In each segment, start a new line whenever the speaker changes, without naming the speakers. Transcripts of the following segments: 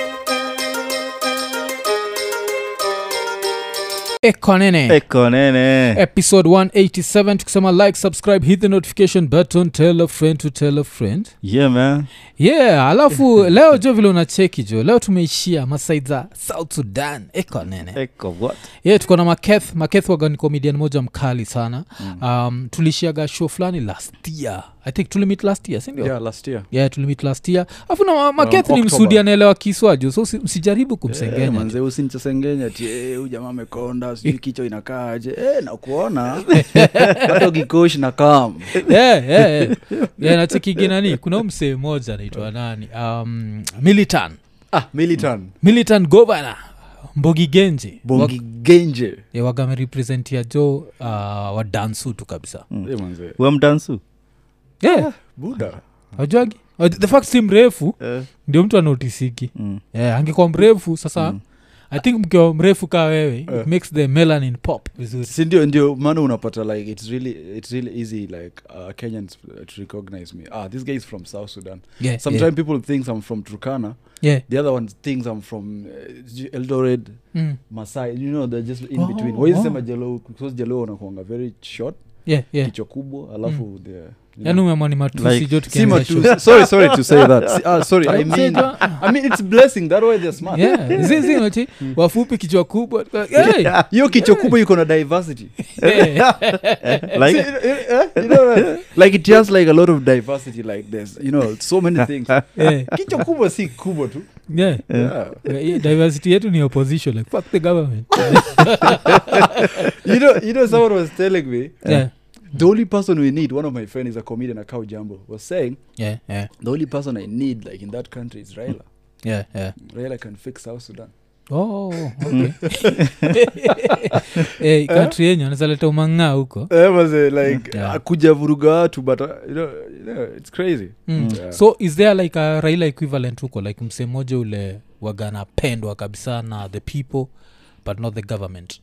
Eh.
ekonene
eko nene
episode 187 tukisema like subscribe hit the notification button tell a friend to tell a friend
yeah man
yeah alafu leo jo vile unacheki jo leo tumeishia masaiza south sudan ekonene
eko what
ye tuko na maketh maketh waga ni comedian moja mkali sana
Mm.
um, tulishiaga show fulani last year i think tulimit last year sindio
yeah, last year
yeah, tulimit last year afu na Ma- maketh ni
October.
msudi anaelewa kiswaju so si- msijaribu kumsengenya
Eh, manze usinichosengenya ti "Eh, huyu jamaa amekonda sijui kichwa inakaaje Eh, nakuona hata ukikosh na kam
yeah, yeah, yeah. Eh, yeah, nachekigi nani kuna huu msee moja anaitwa nani um, militan
ah, militan
militan governor mbogi eh, genje
bongigenje
wagamerepresentia jo uh, wa dansutu kabisa
Eh, manze
we mdansu
Ah.
yeah.
buda
ajagi Oh, the fact si mrefu
Eh.
ndio mtu anotisiki
Mm.
yeah, angekuwa mrefu sasa i think mkiwa mrefu kaa wewe it
Mm. Eh.
makes the melanin pop vizuri
si ndio ndio maana unapata like it's really, it's really easy like uh, kenyans uh, to recognize me ah, this guy is from south sudan
yeah,
sometimes
yeah,
people thinks i'm from turkana
yeah.
the other one thinks i'm from uh, eldored
Mm.
masai you know they're just in
Oh,
between
oh.
waisema jelo because jelo wanakuanga very short
yeah, yeah.
kichwa kubwa alafu the, you
yaani
know.
umeamua ni matusi
Like,
jo
Si
tukianza show.
matusi. sorry sorry to say that Si- ah, sorry i
Msee
mean
jo-
i mean it's blessing that way they're smart
Yeah, zi- zi, unachi-
Hmm.
wafupi kichwa kubwa Hey!
hiyo kichwa kubwa iko na diversity
Yeah.
See,
like
eh, eh, you know, like it has like a lot of diversity like this you know so many things
Yeah.
kichwa kubwa si kubwa tu
Yeah.
yeah.
Yeah, diversity yetu ni opposition like fuck the government
you know you know someone was telling me
yeah.
the only person we need one of my friend is a comedian akau jambo was saying
Yeah, yeah,
the only person i need like in that country is raila
yeah, yeah.
raila can fix south sudan
Oh, okay.
Hmm.
Eh, country yenyu anazaleta umang'aa huko
Eh, was it like
Yeah.
akuja vuruga watu but uh, you know, you know, it's crazy
mm.
Yeah.
so is there like a raila equivalent huko like msemoja ule waganapendwa kabisa na the people but not the government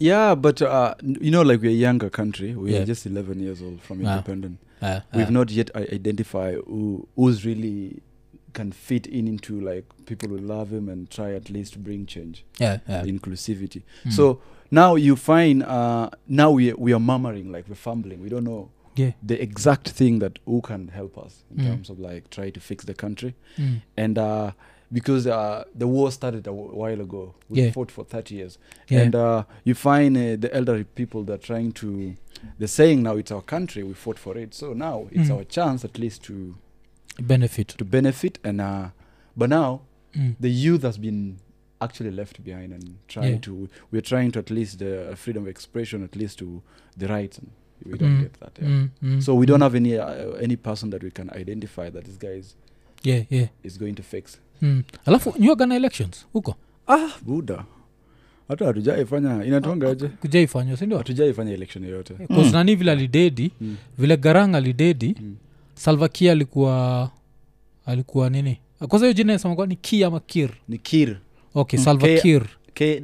yeah but uh, n- you know like we're a younger country we
Yeah.
are just 11 years old from
Ah.
independent
uh, uh,
we've not yet i- identify who, who's really can fit in into like people who love him and try at least bring change
yeah, yeah.
inclusivity
Mm.
so now you find uh, now we, we are murmuring like we're fumbling we don't know
Yeah.
the exact thing that who can help us in
Mm.
terms of like try to fix the country
Mm.
and uh, because uh, the war started a wh- while ago, we
Yeah.
fought for 30 years,
Yeah.
and uh, you find uh, the elderly people that are trying to, they're saying now it's our country, we fought for it, so now it's
Mm.
our chance at least to
benefit
to benefit, and uh, but now
mm.
the youth has been actually left behind and trying
Yeah.
to we're trying to at least the freedom of expression at least to the rights and we don't
Mm.
get that yeah.
Mm, mm,
so we don't
mm.
have any uh, any person that we can identify that this guy is,
yeah, yeah.
is going to fix
Mm. alafu nywagana elections huko
ah buda hata hatujaifanya inatongaje
kujaifanywa sindio
hatujaifanya election yoyote
mm. nani vile alidedi
Mm.
vile garang alidedi
Mm.
salvakia alikuwa alikuwa nini kwanza hiyo jina inasema kwa ni ki ama kir
ni kir
okay
Mm.
salva
K-
kir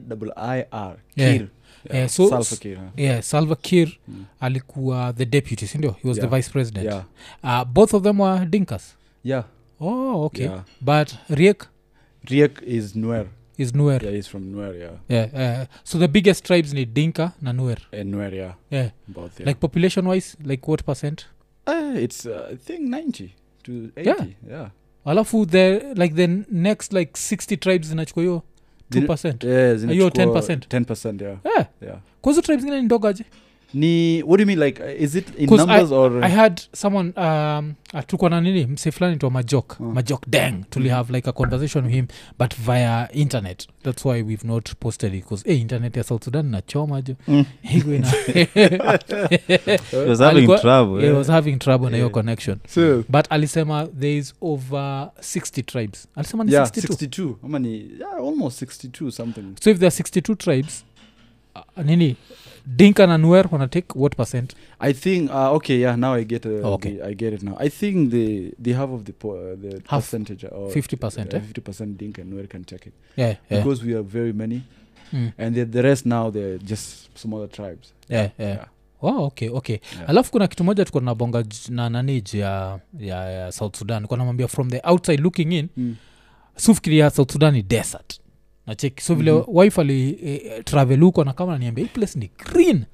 kir
Yeah.
kir
Yeah, Eh, so-
Salva Kiir, huh?
yeah salva kir
Mm.
alikuwa the deputy sindio he was
Yeah.
the vice president
yeah
uh, both of them were dinkas
yeah
oh okay
yeah
but riek
riek is nuer
is nuer
yeah he's from nuer yeah
yeah. uh, so the biggest tribes ni dinka na nuer
and Eh, nuer yeah
yeah.
both yeah
like population wise like what percent
uh, it's uh, i think 90 to 80
Yeah.
yeah,
alafu the like the next like 60 tribes zinachukua hiyo 2 percent
Yeah, zinachukua
Hiyo 10%?
10% yeah
yeah.
yeah
kwazo tribes ngine ni ndogo aje
ni what do you mean like uh, is it in
'Cause I-
numbers or
i had someone um, atukwa na nini mse fulani twa majok
Mm.
majok dang tuli have like a conversation with him but via internet that's why we've not posted it bcause hey, internet ya south sudan nachoma jo
Mm.
Higo ina-
he was having
Alikuwa-
trouble eh?
he was
yeah.
having trouble na hiyo
Yeah.
connection
so
but alisema there is over 60 tribes alisema ni
yeah
62
62 how many yeah almost 62 something
so if there are 62 tribes uh, nini dinka na nuer wana take what percent
I think uh, okay, yeah. Now I get uh,
Oh, okay.
the- I get it now. I think the the half of the po- uh, the
Half.
percentage or uh,
50%, eh?
fifty percent Dink and Nuer can take it
yeah, yeah.
because we are very many,
Mm,
and the, the rest now they're just smaller tribes.
yeah, yeah.
Yeah.
Oh, okay okay
Yeah.
alafu kuna kitu moja tuko nabonga j- na nani ju ya, ya, ya south sudan kwa namwambia from the outside looking in
Mm.
sufikiria south sudan ni desert nacheki so vile mm-hmm. wife ali eh, travel huko na kama naniambia hii place ni green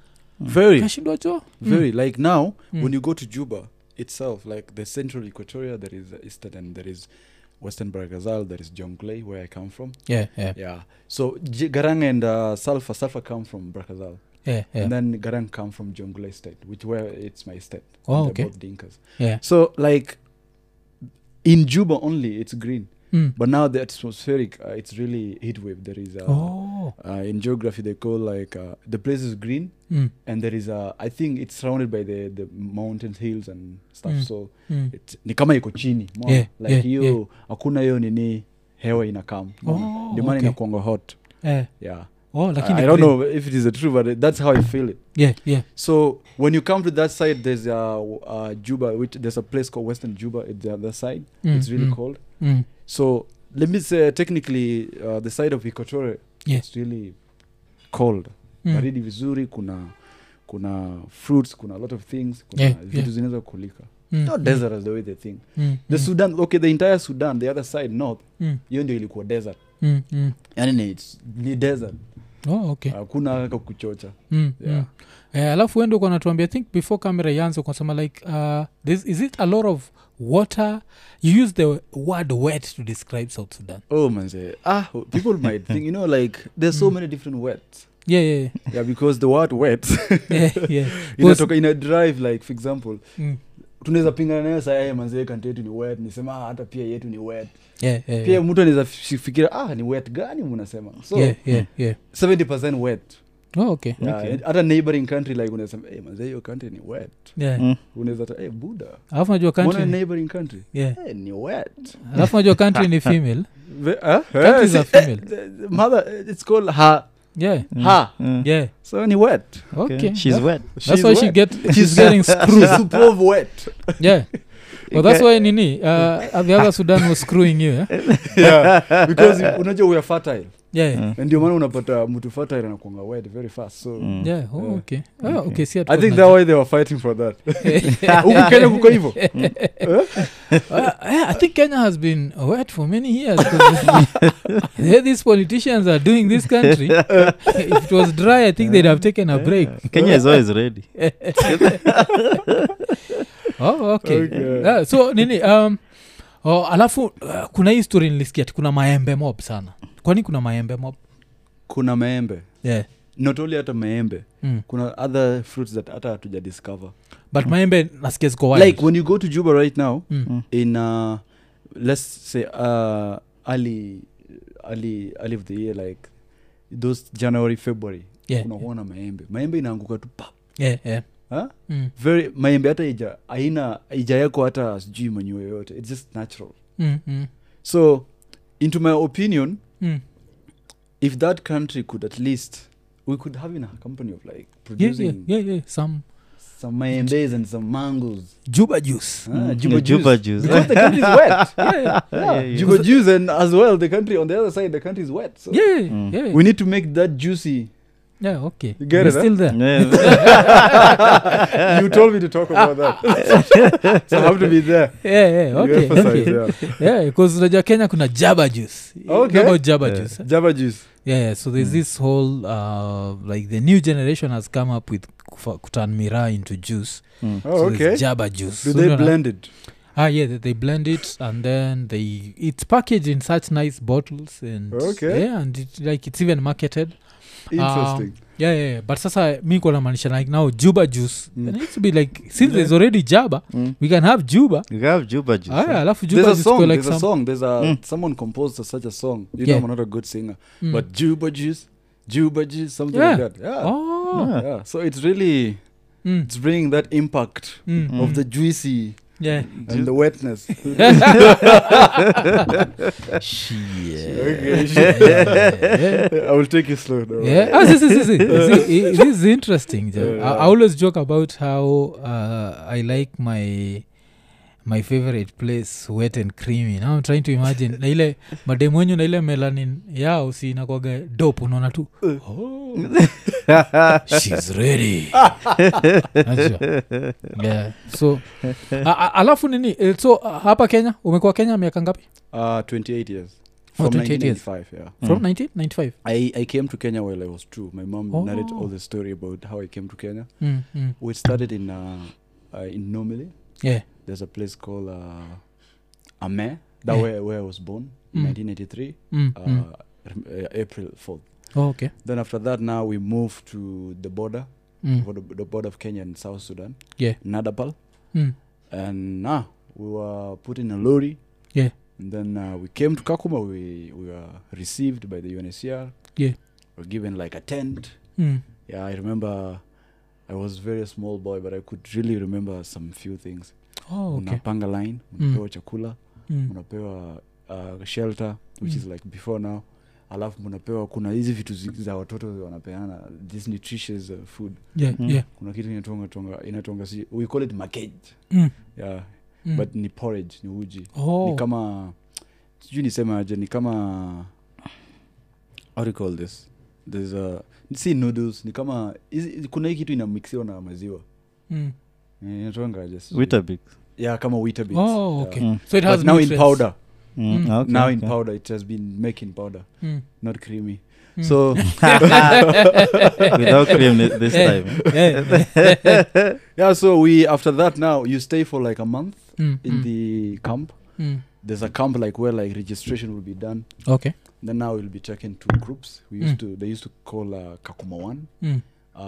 very
kashindwa jo
very like now
Mm.
when you go to juba itself like the central equatoria there is eastern and there is western baragazal there is jonglei where i come from
yeah, yeah,
yeah so J- garang and uh, salfa salfa come from baragazal
yeah, yeah.
and then garang come from jonglei state which where it's my state
Oh,
They're
okay.
both dinkas
yeah.
so like in juba only it's green
Mm.
but now the atmospheric uh, it's really heat wave there is uh,
Oh.
uh, in geography they call like uh, the place is green
Mm,
and there is a i think it's surrounded by the the mountains hills and stuff
Mm.
so
mm.
it, ni kama iko chini umeona?
Yeah,
like
yeah,
hiyo
yeah.
hakuna hiyo nini hewa inakam
Oh,
ndio maana
okay.
inakuanga hot
Eh.
yeah
Oh, lakini
Uh, I, i don't
green.
know if it is the truth but that's how i feel it
Yeah, yeah.
so when you come to that side there's a uh, juba which there's a place called western juba at the other side
Mm,
it's really
mm,
cold
mm.
so let me say technically uh, the side of equatoria
Yeah.
it's really cold
Mm.
baridi vizuri kuna kuna fruits kuna a lot of things kuna
Yeah,
vitu
yeah.
zinaweza kulika
Mm,
not
mm,
desert as the way they think
mm,
the
mm,
sudan okay the entire sudan the other side north
mm,
hiyo ndio ilikuwa desert
mm, mm.
yani ni, it's- ni desert
Oh, okay.
hakuna uh, kuchocha
Mm,
Yeah.
mm. Eh, alafu wende uko natuambia I think before kamera ianze ukasema like uh, this, is it a lot of water you use the word wet to describe south sudan
oh manze ah people might think you know like there's so
Mm.
many different wets
yeah, yeah,
yeah because the word wet
yeah. yeah, yeah. Because-
inatoka ina drive like for example
Mm.
tunaweza pingana nayo saa manzee kanti yetu ni wet nisema "Ah, hata pia yetu ni wet
Yeah, yeah,
pia
yeah.
mtu anaweza fi- fikiria ah ni wet gani mnasema so
Yeah, yeah, yeah.
70 wet
Oh, okay.
Yeah,
Okay.
and hata neighboring country like unasema hey, manzee hiyo country ni wet
Yeah.
Mm.
unaweza ta hey, buda
alafu najua
mbona
country
neighboring country
yeah.
hey, ni wet
alafu najua country ni female
Ve- ah, eh,
Countries
si-
are female.
eh, the mother it's called ha
yeah
Mm.
Ha.
Mm.
yeah
so ni wet
okay,
Okay. She's
That-
wet.
that's why she get she's getting screwed
She's supove wet
yeah well that's why nini uh, the other sudan was screwing you eh?
yeah, because unajua we are fertile
yeah
Mm.
Na ndio maana unapata mtu fertile anakuanga wet very fast so
Mm.
yeah oh,
Yeah.
okay oh, okay see
i think that way they were fighting for that huku kenya kuko hivyo Mm.
Uh, yeah, I think Kenya has been wet for many years. 'cause the way these politicians are doing this country. if it was dry, I think they'd have taken a break.
kenya is always ready
Oh, okay.
Okay.
Yeah, so nini um, oh, alafu uh, kuna hii story nilisikia ati kuna maembe mob sana. Kwani kuna maembe mob?
kuna maembe
Yeah.
not only hata maembe
Mm.
kuna other fruits that hata hatuja discover
But maembe nasikia ziko wild.
Mm. like when you go to juba right now
Mm.
in uh, let's say uh, early, early, early of the year like those january february
Yeah.
unaona maembe maembe inaanguka tu pap
Yeah, yeah.
Huh?
Mm.
very maembe hata ija aina ijawekwa hata sijui mwenyewe yoyote its just natural
Mm, mm,
so into my opinion
mm.
if that country could at least we could have in a company of like
Yeah,
producing
yeah, yeah, yeah. Some
some maembes and some mangoes
Juba juice.
Ah,
Mm.
Juba
Yeah, Juba
juice.
juice.
Because the country is wet.
Yeah, yeah.
Yeah,
yeah, yeah.
Juba juice and as well the country on the other side the country is wet. So
Yeah,
Mm.
yeah.
we need to make that juicy.
Yeah, okay.
You get
We're
it, huh?
still
Mm.
there.
Yeah.
you told me to talk about that. so I have to be there.
Yeah, yeah,
You
okay,
emphasize,
okay.
yeah.
Yeah, because unajua kenya kuna jaba juice You know
Okay.
about jaba
Yeah.
juice eh?
Java juice.
yeah, yeah so there's
Mm.
this whole uh, like the new generation has come up with kufa- kuturn miraa into juice
Mm.
Oh,
so
okay.
there's jaba juice So
Do they
unaona-
blend it?
ah yeah they, they blend it and then they it's packaged in such nice bottles and
Okay.
yeah and it, like it's even marketed Um,
Interesting.
yeah yeah, yeah. but sasa mi kunamaanisha like now juba juice
Mm.
it needs to be like since there's already jaba
Mm.
we can have juba
You have juba juice. eh?
aya alafu juba
there's a
juice kwa
song.
like
there's a
some-
song. There's a
Mm.
someone composed such a song.
Yeah.
You know, I'm not a good singer,
Mm.
but Juba juice, Juba juice, something
Yeah.
like that. Yeah.
oh
Yeah.
yeah. So it's really
Mm.
it's bringing that impact
Mm.
of the juicy
Yeah.
and the wetness. Okay,
Yeah.
I will take you slow. don't worry.
Yeah. Ah, see, see, see, see. See, i- this is interesting. Joe. I, I
Yeah.
always joke about how uh, I like my my favorite place wet and creamy. Now I'm trying to imagine na ile mademu wenyu na ile melanin yao si inakwaga dope unaona tu. Oh. She's ready. Unajua? yeah. So a, a, alafu nini? eh, So uh, hapa Kenya umekuwa Kenya miaka ngapi?
Uh, 28 years.
Oh,
from
28 years.
1995 yeah
from
Mm.
1995
I, I came to Kenya while I was two. My mom
Oh.
narrated all the story about how I came to Kenya.
mm, mm.
We started in uh, uh, in Nomili.
yeah
There's a place called uh, Ame, that
Yeah.
where, where I was born
Mm.
in 1983,
mm,
uh,
mm.
rem- uh, April 4th.
Oh, okay
Then after that, now we moved to the border,
mm,
border the border of Kenya and South Sudan,
Yeah.
Nadapal.
mm.
And now we were put in a lorry.
Yeah.
And then uh, we came to Kakuma. We, we were received by the UNHCR.
Yeah.
We were given like a tent.
Mm.
Yeah, I remember I was very small boy, but I could really remember some few things.
Oh, okay
Unapanga line,
Mm.
unapewa chakula,
Mm.
unapewa uh, shelter which is
Mm.
like before now. Alafu munapewa kuna hizi vitu zi- za watoto wanapeana this nutritious uh, food.
yeah
Mm.
yeah
Kuna kitu inatonga tonga inatonga si we call it makej.
mm.
Yeah,
Mm.
but ni porridge, ni uji.
oh.
Ni kama sijui nisemaje, ni kama how do you call this? There's a si noodles, ni kama hizi- kuna hii kitu inamixiwa na maziwa.
mm.
Eh, inatoangaje sijui.
Weetabix.
yeah kama wita bits.
oh
Yeah.
okay
Mm.
so it
uh, hmm. But
has
now in
nutrients.
powder
Mm,
Mm.
okay,
now in
okay.
powder it has been making powder
mm.
not creamy
Mm.
so
Without cream thi- this
Eh.
time.
yeah.
yeah so we after that now you stay for like a month
mm.
in
mm,
the camp
mm.
there's a camp like where like registration will be done
okay
then now we'll be taken to groups we used to they used to call uh, kakuma one
mm.
uh,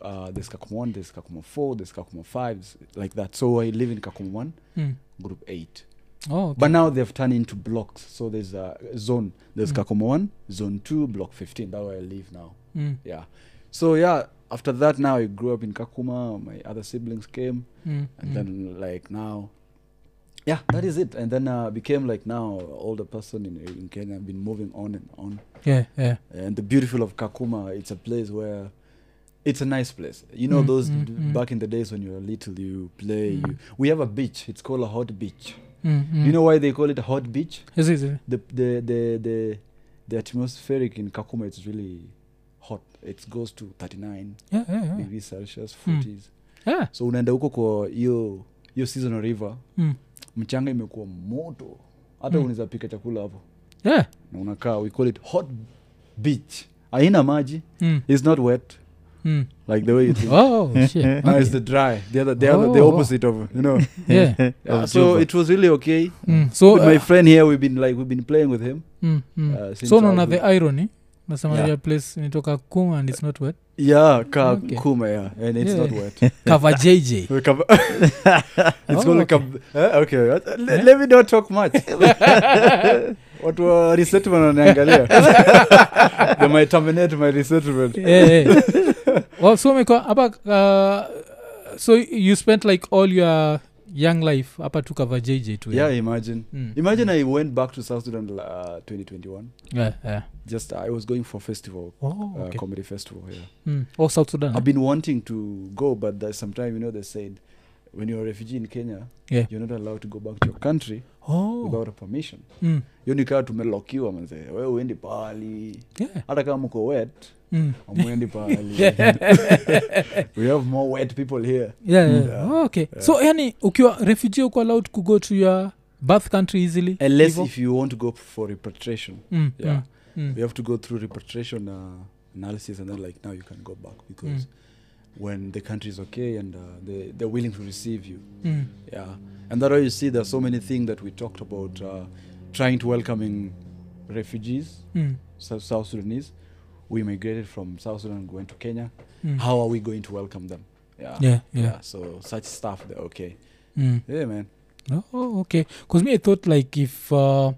uh, there's kakuma one there's kakuma four there's kakuma five s- like that so i live in kakuma one
Mm.
group eight
oh okay.
but now they've turned into blocks so there's a zone there's
Mm.
kakuma one zone two block 15 that's where i live now
mm.
yeah so yeah after that now i grew up in kakuma my other siblings came
Mm.
and
mm.
then like now yeah that is it and then uh, became like now older person in, in kenya been moving on and on
yeah yeah
and the beautiful of kakuma it's a place where it's a nice place you know
Mm,
those
mm,
d-
mm.
back in the days when you were little you play
Mm.
you, we have a beach it's called a hot beach
mm. mm.
you know why they call it a hot beach
Is it- is it-
the the the the, the atmospheric in kakuma it's really hot it goes to 39
yeah yeah yeah
maybe celsius
Mm.
40s
yeah
so unaenda huko kwa hiyo hiyo seasonal river
mm.
mchanga imekuwa moto hata
Mm.
unaweza pika chakula hapo
yeah
na unakaa we call it hot beach haina maji
mm.
its not wet
Mm.
like the way you think
oh shit
no,
okay.
it's the dry the other, the, other, the
Oh.
opposite of you know
yeah
yeah,
Of
so
Juba.
it was really okay
mm. so
with
uh,
my friend here we've been like we've been playing with him
mm, mm.
uh, since
so naona
childhood.
the irony nasema
Yeah.
yeah. place nitoka kuma and it's not wet
yeah ka
Okay.
kuma yeah and it's
Yeah.
not wet
cover jj
We come- it's
Oh,
called
okay.
okay. Eh, okay. Let, let me not talk much watu wa resettlement wananiangalia they might terminate my resettlement
yeah, yeah. well, so umekuwa hapa uh, so you spent like all your young life hapa tu cover jj tu
yeah imagine
Mm.
imagine i went back to south sudan uh, 2021
yeah, yeah.
just i was going for festival
Oh,
uh,
okay.
comedy festival yeah
mm. oh south sudan
i've
eh?
been wanting to go but there's sometime you know they said when you're a refugee in kenya
Yeah.
you're not allowed to go back to your country
oh.
without a permission
mm.
hiyo nikaa tumelokiwa manzee we uendi pahali
yeah.
hata kama mko wet
mm.
amwendi pahali we have more wet people here
yeah, yeah.
Yeah.
Oh, okay so yani ukiwa refugee uko allowed kugo to your birth country easily
unless
Hivo?
if you want to go for repatriation
mm.
Yeah.
mm.
you have to go through repatriation uh, analysis and then like now you can go back because
Mm.
when the country is okay and uh, they, they're willing to receive you
Mm.
yeah and that way you see there's so many things that we talked about uh, trying to welcoming refugees
Mm.
Sou- south sudanese we migrated from south sudan and went to kenya
Mm.
how are we going to welcome them yeah
yeah, yeah.
yeah so such stuff they're okay
Mm.
yeah man
oh, okay because me i thought like if uh,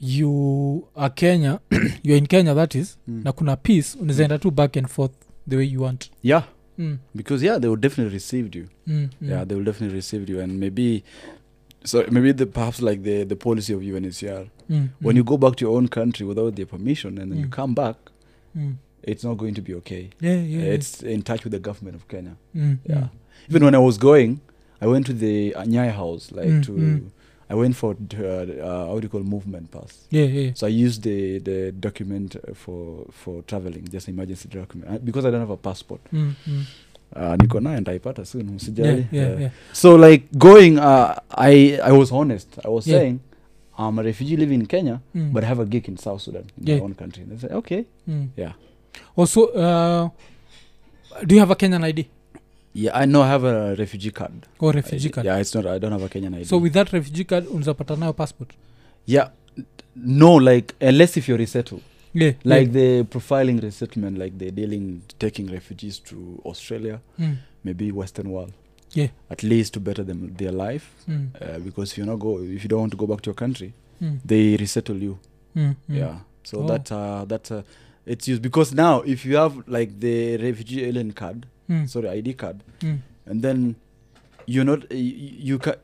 you are kenya youare in kenya that is
Mm.
na kuna peace unazaenda tu back and forth the way you want
yeah
mm.
because yeah they will definitely receive you
Mm. Mm.
yeah they will definitely receive you and maybe so maybe the perhaps like the the policy of UNHCR
Mm.
when you go back to your own country without their permission and then you
Mm.
come back
mm.
it's not going to be okay
yeah, yeah, yeah.
it's in touch with the government of Kenya
Mm.
yeah
Mm.
even when I was going I went to the Anyai house like
Mm,
to
mm.
I went for d- uh, uh, how do you call movement pass
yeah, yeah.
so I used the the document uh, for for traveling just emergency document Uh, because I don't have a passport
Mm. Mm.
uh, niko nayo nitaipata soon
Yeah,
usijali
yeah, yeah.
so like going uh, i i was honest i was
Yeah.
saying i'm a refugee living in kenya
Mm.
but i have a gig in south sudan in
Yeah.
my own country they say okay
Mm.
Yeah.
also uh, do you have a kenyan id
yeah i know i have a refugee card
or refugee
I-
card
yeah it's not i don't have a kenyan ID.
so with that refugee card unzapata nayo passport
yeah no like unless if you're resettled
yeah
like
yeah.
the profiling resettlement like they're dealing taking refugees to australia
Mm,
maybe western world
Yeah.
at least to better them their life
mm,
uh, because if you not go if you don't want to go back to your country
mm,
they resettle you
mm, mm.
yeah so
Oh.
that uh, that uh, it's used because now if you have like the refugee alien card
Mm,
sorry id card
mm,
and then you're not you, you can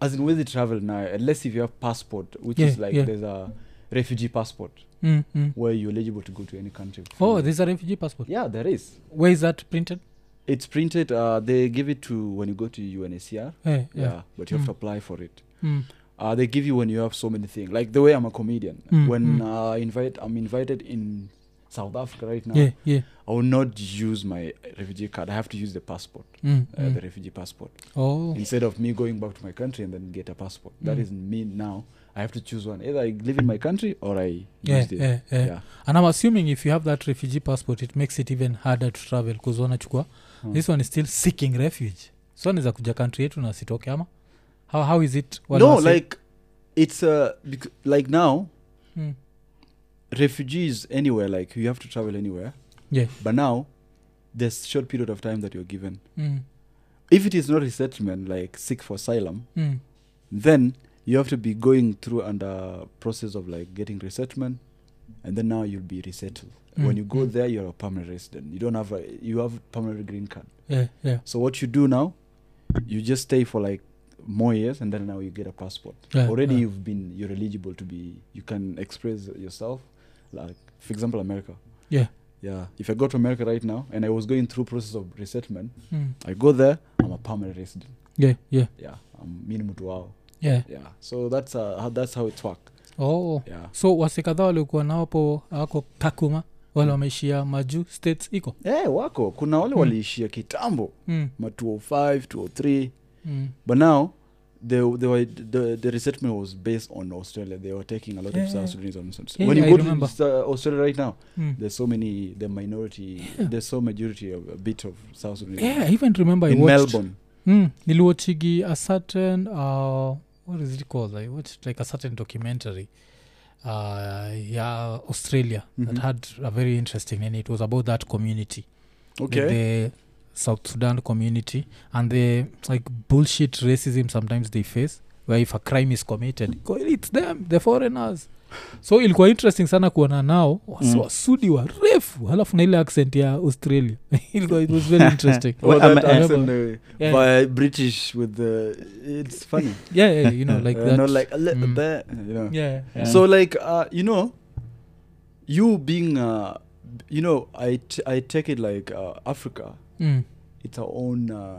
as in with the travel now unless if you have passport which is
Yeah,
like
yeah.
there's a refugee passport
mm, mm.
where you're eligible to go to any country
oh
freely.
there's a refugee passport
yeah there is
where is that printed
it's printed uh, they give it to when you go to unhcr
Eh, yeah,
yeah, but you have to apply for it
Mm,
uh, they give you when you have so many things like the way i'm a comedian
Mm,
when
mm.
Uh, invite i'm invited in south africa right now
yeah yeah
i will not use my refugee card i have to use the passport
mm,
uh,
mm.
the refugee passport
oh
instead of me going back to my country and then get a passport that
Mm.
is me now i have to choose one either i live in my country or i
yeah,
use the
yeah, yeah.
yeah.
and i'm assuming if you have that refugee passport it makes it even harder to travel bcause wanachukua
Hmm.
this one is still seeking refuge so anaweza kuja country yetu na asitoke ama how, how is it Wale
no
wase-
like it's uh, bec- like now
Mm.
refugees anywhere like you have to travel anywhere
Yeah.
but now there's short period of time that you're given
Mm,
if it is not resettlement like seek for asylum
mm,
then you have to be going through under process of like getting resettlement and then now you'll be resettled when
Mm,
you go
mm.
there you're a permanent resident you don't have a you have permanent green card
yeah, yeah,
so what you do now you just stay for like more years and then now you get a passport
yeah,
already
yeah.
you've been you're eligible to be you can express yourself like for example america
Yeah.
yeah if i go to america right now and i was going through process of resettlement
Mm.
i go there i'm a permanent resident
yeah, yeah,
yeah i'm mini Um, mtu wao
yeah.
yeah so that's uh, how, that's how it work
oh
yeah
so wase kadhaa waliokuwa nao hapo ako kakuma wale
Hmm.
wameishia majuu states iko
hey, Eh, wako kuna wale
Hmm.
waliishia kitambo
mm,
ma 205 203
mm.
but now they, they were, the, the resettlement was based on australia they were taking a lot
Yeah,
of south
yeah.
sudanese on South-
Yeah,
when
yeah,
you
I
go
remember.
to uh, australia right now
Mm.
there's so many the minority there's so majority of a bit of south sudanese
yeah i even remember I
in
watched-
melbourne
mm, niliwachigi a certain uh, what is it called i watched like a certain documentary uh, yeah australia
Mhm.
that had a very interesting and it was about that community
okay
the, the south sudan community and the like bullshit racism sometimes they face where if a crime is committed go, it's them the foreigners so ilikuwa interesting sana kuona nao wasi-
Mm.
wasudi warefu halafu na ile accent ya australia ilikuwa it was very interesting
Well,
that
I'm- I'm-
accent, uh,
Yeah.
by british with the it's funny
yeah, yeah you know like
Uh,
that
not like a little
Mm.
bit you know
yeah, yeah.
so like uh, you know you being uh, b- you know I t- I take it like uh, africa
mm.
it's our own uh,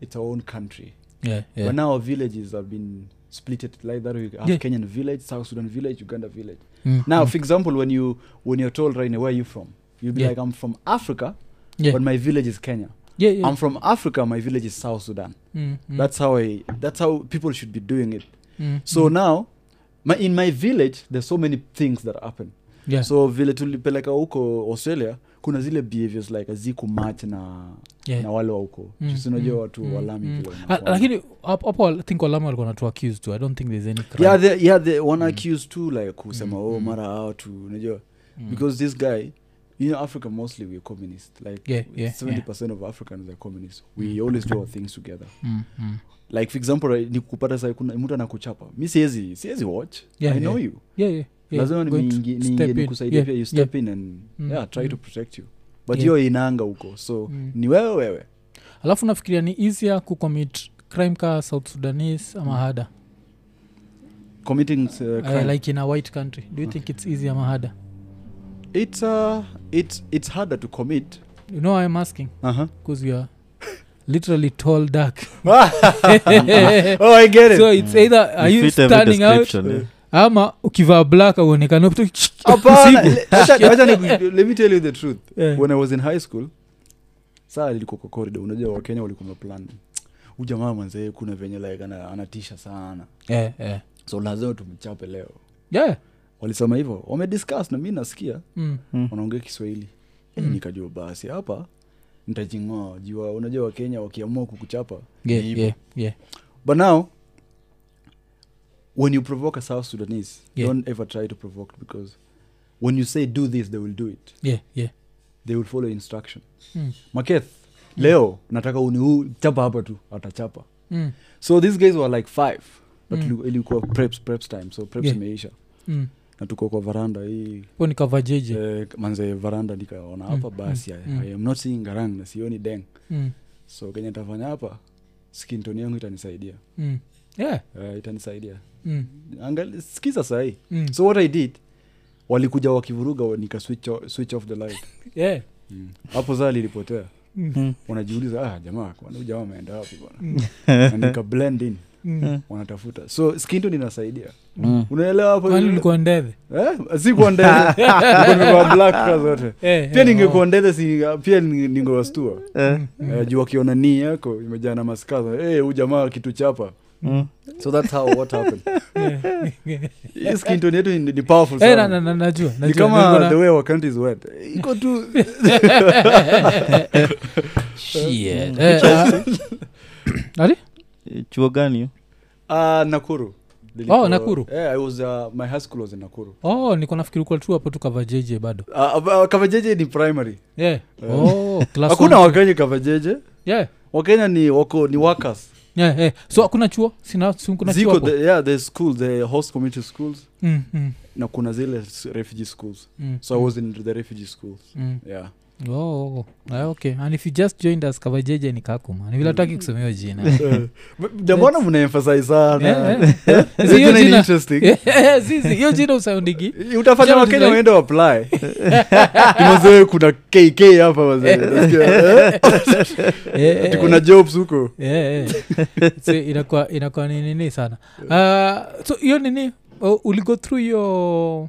it's our own country
yeah, yeah.
but now our villages have been splitted like that we have
Yeah.
kenyan village south sudan village uganda village
Mm,
now
mm.
for example when you when you're told right now where are you from you'll be
Yeah.
like i'm from africa
yeah.
but my village is kenya
yeah, yeah.
i'm from africa my village is south sudan
mm, mm,
that's how i that's how people should be doing it
mm,
so
mm.
now my, in my village there's so many things that happen
yeah.
so vile tulipeleka huko australia kuna zile behaviors like azikumatch na,
yeah.
na wale wa huko
Mm,
sinajua
mm,
watu
mm,
walami
mm.
vile
Ah,
wanakuwa.
lakini hapo hapo I think walama walikuwa na tu accused tu i don't think there's any crime.
yeah, they, yeah they wanna
Mm.
accuse too like kusema
Mm,
oh
mm.
mara hao tu unajua
Mm.
because this guy you know africa mostly we're communist like
Yeah, yeah,
70% of africans are communist we
Mm.
always do our things together
Mm, mm.
like for example right, ni kupata sai kuna mtu anakuchapa mi siezi siezi watch
Yeah,
i know
yeah.
you
yeah, yeah, yeah.
lazima
Going to
niingi-
step
niingie
in.
nikusaidia
Yeah,
pia you
yeah.
step in and
Mm,
yeah try
mm.
to protect you but
Yeah.
hiyo inaanga huko so
Mm.
ni wewe wewe
alafu nafikiria ni easier kucommit crime ka south sudanese ama hada
committing uh, Mm. crime.
uh, like in a white country do you think it's easy ama hada
it's, uh, it's, it's harder to commit
you know why i'm asking
uh-huh.
because you are literally tall dark
oh i get it
so it's either are
You
you
fit every
standing out
description, eh? yeah.
ama ukivaa black auonekana
Hapana, le- acha- acha niku- let me tell you the truth
Eh.
when i was in high school saa liliko kwa corridor unajua wakenya walikuwa maplan hujamaa manzee kuna venye like ana- anatisha sana so lazima tumchape leo
Eh, yeah
walisema hivyo wamediscuss na mi nasikia
mm.
wanaongea kiswahili mm. nikajua basi hapa nitajing'oa jua unajua wakenya wakiamua kukuchapa ni
yeah,
hivyo.
yeah, yeah.
but now when you provoke a south sudanese
Yeah.
don't ever try to provoke because when you say do this they will do it
yeah, yeah.
they will follow instruction
Mm.
maketh leo nataka uniu chapa hapa tu atachapa
Mm.
so these guys were like five but
Mm.
mm. ilikuwa preps, preps time so preps
Yeah.
yeah. imeisha
Mm.
na tuko kwa varanda hii
Huo ni kavajeje
eh, manze varanda nikaona
Mm,
hapa basi I,
mm.
i am not seeing garang na sioni deng
mm.
so kenye tafanya hapa skintoni yangu itanisaidia
mm. yeah.
uh, itanisaidia
mm.
Angali, sikiza sahii
mm.
so what i did walikuja wakivuruga wa- nika switch, o- switch off the light
yeah.
hapo saa lilipotea
Mm.
wanajiuliza ah, jamaa kwani huyu jamaa ameenda wapi bwana
Mm.
Na nika blend in
Mm.
wanatafuta so skinto ninasaidia
Mm.
unaelewa hapo
Kwani ulikuwa ndeve
eh? sikuwa ndele nikuwa black kwa zote
Eh,
pia
eh,
ningekuwa ndele si pia ni- ningewastua
Mm,
Eh,
Eh, juu wakiona nii yako imejaa na maskaza hey, huu jamaa kitu chapa
mm.
so that's how what happened
yeah. Eh,
Hii skinton yetu ni, ni powerful
na-
sana
na- na- najua
ni
najua.
kama
Nilikuwa
the
na- Eh,
way our country is wet iko tu
Shit. Eh, ah. Ati?
Eh, chuo gani hiyo
uh, nakuru
Oh, Nakuru.
yeah, I was, uh, my high school was in nakuru
oh niko nafikiri kuwa tu hapo tu kavajeje bado
uh, uh, kavajeje ni primary
yeah.
Eh.
oh, class
hakuna
one.
wakenya kavajeje
yeah.
wakenya ni wako ni workers
Yeah, yeah. so hakuna chuo sina si kuna chuo
ziko
hapo?
the, yeah the school the host community schools
Mm, mm,
na kuna zile s- refugee schools
mm,
so i was in the refugee schools
mm.
yeah
Oh, ah, okay and if you just joined us kavajeje ni kakuma ni vile hataki kusemewa jina
jamona mna emphasize sana
Yeah, yeah.
Hiyo
Si eh. hiyo
jina ni
jina-
interesting
Yeah, si- si, hiyo jina usaundigi
utafanya
Jina
wakenya
ni-
waende apply mazee kuna kk hapa wazee Nasikia, eh?
Eh, eh,
Ati kuna jobs huko
eh, eh. So, inakuwa inakuwa ni nini sana Ah, so hiyo nini uh, uligo through hiyo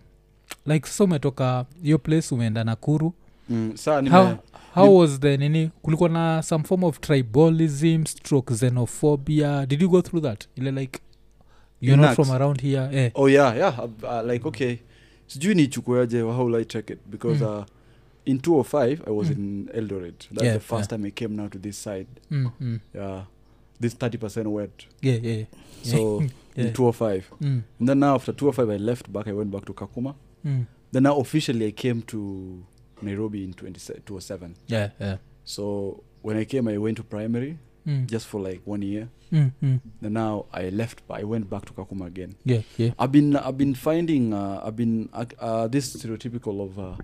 like so umetoka hiyo place umeenda nakuru
Mm, saa
how,
nime-
how was the nini kulikuwa na some form of tribalism stroke xenophobia did you go through that ile like you're not
Yunak.
from around here eh.
oh yeah yeah uh, uh, like okay sijui nichukuaje how will i take it because
Mm.
uh, in 205 i was
Mm.
in eldoret that's
Yeah,
the first
yeah.
time i came now to this side
mm, mm.
yeah this 30% wet
yeah, yeah, yeah.
so
Yeah.
in 205
Mm,
and then now after 205 i left back i went back to kakuma
mm.
then now officially i came to nairobi in 20, 207
yeah, yeah.
so when i came i went to primary
Mm,
just for like one year
mm, mm.
then now i left i went back to kakuma again
yeah, yeah.
I've been I've been finding uh, I've been uh, uh, this stereotypical of uh,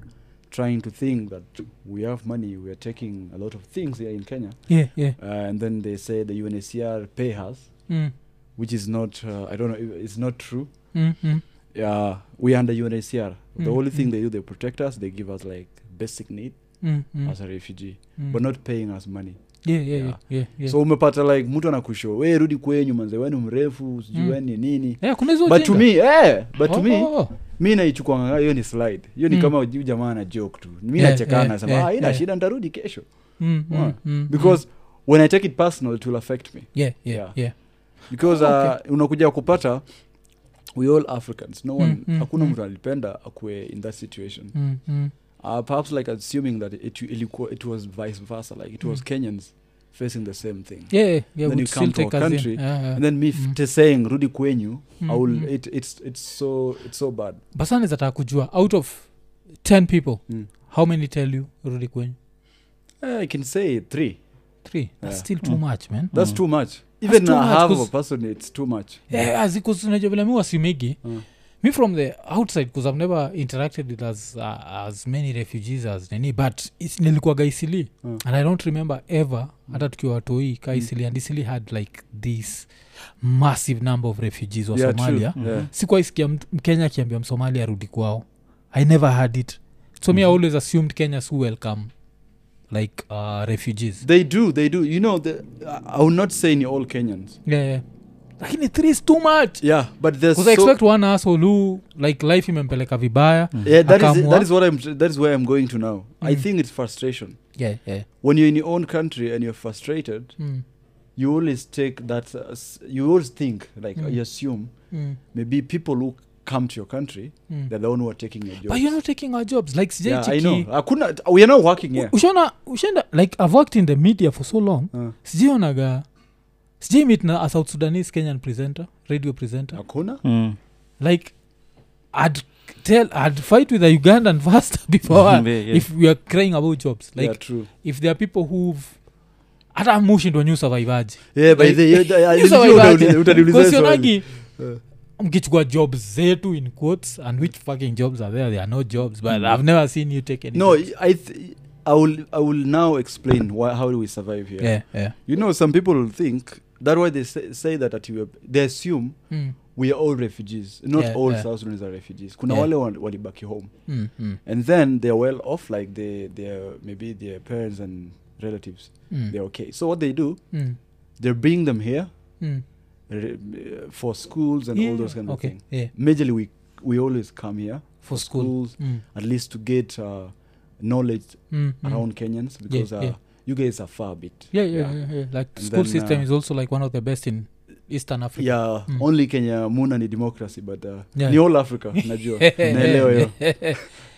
trying to think that we have money, we are taking a lot of things here in Kenya,
Yeah, yeah.
uh, and then they say the UNHCR pay us,
Mm,
which is not uh, I don't know if it's not true.
mm, mm.
Yeah, we are under UNHCR. The only
Mm,
thing
mm.
they do, they protect us. They give us like basic need
Mm, mm,
as a refugee,
mm.
but not paying us money.
Yeah, yeah,
yeah.
yeah, yeah.
So umepata like mtu anakusho, we rudi kwenyu manze, weni mrefu,
Mm.
sijui weni nini.
Yeah, kuna hizo
But to
ujinga.
me, eh, but to
Oh,
me,
oh, oh.
mi naichukwanga hiyo ni slide hiyo ni
Mm.
kama huyu jamaa ana joke tu mi
Yeah,
nachekana
yeah,
nasema
yeah,
ah, ina
yeah.
shida ntarudi kesho
Mm, mm,
Why?
mm,
because when i take it personal it will affect me
mm. yeah, yeah,
Yeah.
yeah.
because
Oh,
uh,
okay.
unakuja kupata we all africans no one
Mm, mm,
hakuna
mm.
mtu alipenda akue in that situation
Mm, mm,
uh, perhaps like assuming that it, ilikuwa, it was vice versa like it was
Mm.
kenyans facing the same thing
yeah, yeah, yeah,
Then
would
you
still
come to
take
our
us in.
country,
Yeah, yeah.
and then me
Mm.
mm. saying rudi kwenyu
Mm,
I will,
mm.
it, it's, it's, so, it's so bad
basani zataka kujua out of 10 people
Mm.
how many tell you rudi kwenyu
Eh, i can say three
three that's
Yeah.
still too
Mm.
much man
that's
Mm.
too much even
too
a
much,
half of a
'cause-
person it's too much
yeah. azikusunajua vile mi wasimigi
Mm.
me from the outside because i've never interacted with as, uh, as many refugees as nini but it's- nilikuwa gaisili
Mm.
and i don't remember ever
Mm.
hata tukiwa watoi ka
Mm.
isili and isili had like this massive number of refugees wa
Yeah, true.
somalia
Mhm.
Yeah.
sikwaisikia mkenya akiambia msomali arudi kwao i never had it so me i always assumed kenyas who welcome like uh, refugees
They do, they do. You know, the, I I would not say in all Kenyans.
yeah, yeah. lakini three is too much
Yeah, but there's
because
so,
i expect one asshole who like life imempeleka vibaya
yeah. That is
Akaamua.
that is what I'm. That is where I'm going to now. I
Mm.
think it's frustration.
yeah, yeah.
When you're in your own country and you're frustrated,
Mm.
uh, you always take that. As, you always think like
Mm.
you assume
mm,
maybe people who come to your country
mm.
they're the one who are taking your jobs.
but you're not taking our jobs like
yeah, I know.
sijaitiki
hakuna we are not working here
ushaona ushaenda like i've worked in the media for so long
Uh,
sijaionaga sijaimit na a south sudanese kenyan presenter radio presenter
hakuna
Mm.
like i'd tell i'd fight with a ugandan faster before I-
Mm. Yeah, yeah.
if we are crying about jobs like
yeah, true
if there are people who've hata mushindwa nyi usurvivaji
yeah, by the, yeah, yeah,
You
yeah,
survive
utaniuliza-
aje?
utaniuliza
Because
swali.
sionagi
Eh.
mkichukua jobs zetu in quotes and which fucking jobs are there there are no jobs but i've never seen you take any
Mm. no
jobs.
i th- I will, I will now explain why, how do we survive here.
yeah, yeah.
You know, some people think that why they say, say that at you, they assume
Mm,
we are all refugees. Not
Yeah,
all
yeah.
South Sudanese are refugees. Kuna
Yeah.
wale wal- walibaki home,
mm, mm,
and then they're well off, like they, they're maybe their parents and relatives.
mm,
They're okay. So what they do,
mm,
they bring them here
mm.
re- uh, for schools and all
Yeah,
those kind
okay,
of things.
yeah,
Majorly, we we always come here
for school
schools
Mm,
at least to get uh, knowledge
mm, mm.
around Kenyans because uh,
yeah.
you guys are far a bit.
yeah, yeah, yeah, yeah. like
And
school
then,
system
uh,
is also like one of the best in eastern africa
yeah
Mm.
only kenya muna ni democracy but uh,
Yeah.
ni all africa najua naelewa hiyo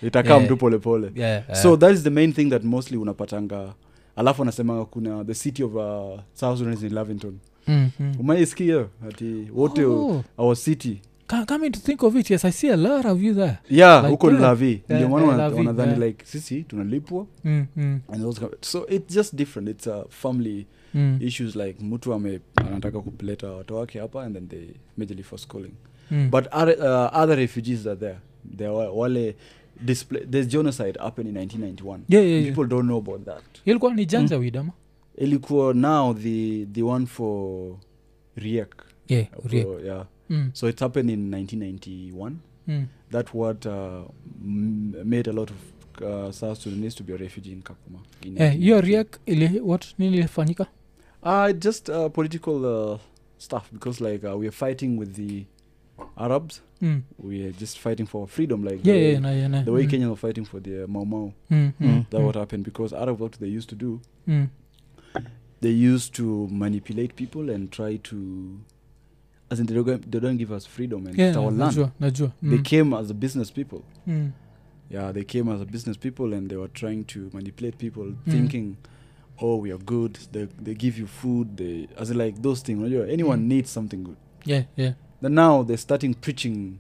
itakaa
Yeah.
mtu polepole
yeah, uh,
so that is the main thing that mostly unapatanga alafu anasema kuna the city of uh, south Sudan in lavington
mm, mm.
umaisikia ati wote oh.
Oh,
our city
ca- coming to think of it yes i see a lot of you there
yeah
Like
huko ni
that.
lavi ndio
Yeah,
maana
yeah,
wana-
Lavi,
wanadhani
yeah.
like sisi tunalipwa
mm, mm,
and those kind of- so it's just different it's a family
mm,
issues like mtu ame anataka kupeleta watu wake hapa and then they majorly for schooling
mm.
but other, uh, other refugees are there there were wale display there's genocide happened in 1991
yeah, yeah, yeah.
people don't know about that
ilikuwa ni janja
Mm.
widama
ilikuwa now the the one for riek
yeah, Uriek.
For- yeah
Mm,
so it happened in 1991
mm.
that what uh, m- made a lot of uh, south sudanese to be a refugee in kakuma in
Eh, hiyo
1991.
riak ili what nini ilifanyika
uh just uh, political uh, stuff because like uh, we are fighting with the arabs
Mm.
we are just fighting for freedom like
yeah,
the-
yeah, na- yeah, na-
the way
mm.
Kenyans were fighting for their Mau Mau,
Mm, mm,
that
mm,
what happened because out of what they used to do,
mm.
they used to manipulate people and try to, as in they don't, gi- they don't give us freedom and
Yeah,
it's our
na-
land.
najua najua
They
Mm,
came as a business people.
mm,
Yeah, they came as a business people and they were trying to manipulate people,
Mm.
thinking, oh, we are good. They, they give you food. They as in like those things. unajua, Anyone
Mm.
needs something good.
yeah, yeah.
Then now they're starting preaching.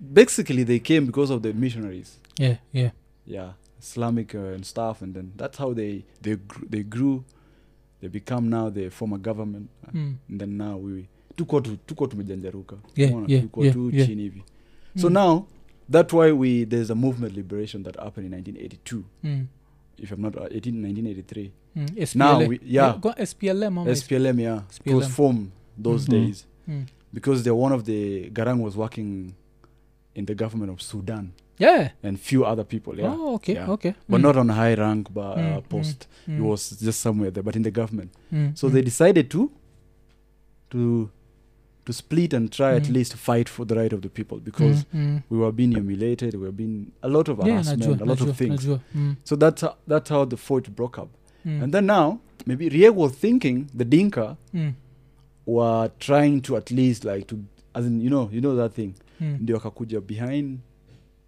Basically, they came because of the missionaries.
Yeah, yeah.
yeah islamic uh, and stuff and then that's how they they gr- they grew they become now the former government uh,
Mm,
and then now we tuko tu tuko tumejanjaruka
Yeah,
Unaona,
yeah,
tuko
yeah,
tu
yeah.
chini hivi so
Mm.
now that's why we there's a movement liberation that happened in 1982
mm,
if i'm not uh, 18, 1983
mm.
now
SPLA.
we, yeah
Go- SPLM ama is-
SPLM yeah it was
SPLM.
formed those
Mhm.
days
Mm.
because the one of the Garang was working in the government of Sudan
Yeah.
and few other people yeah
Oh, okay,
yeah.
okay.
but
Mm,
not on high rank but uh,
Mm, mm.
post
mm,
he was just somewhere there but in the government
mm,
so
mm.
they decided to to to split and try at
Mm.
least fight for the right of the people because
Mm, mm.
we were being humiliated we were being a lot of
Yeah,
harassment
najua,
a lot
najua,
of things
najua. Mm,
so that's ho- that's how the fight broke up
mm,
and then now maybe Riek was thinking the Dinka
mm,
were trying to at least like to as in you know you know that thing
mm.
ndio akakuja behind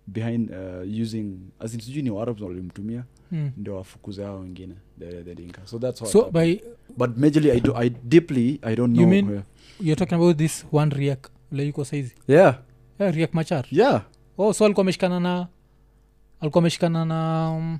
behind uh, using as in sijui ni Waarabs walimtumia
Mm.
ndio wafukuze hao wengine the, the Dinka so that's what
so by
but majorly I do I deeply I don't know.
You mean-
where-
you're talking about this one riak leiko saizi
yeah,
yeah, riak machar
yeah.
oh so alikuwa ameshikana na alikuwa ameshikana na um,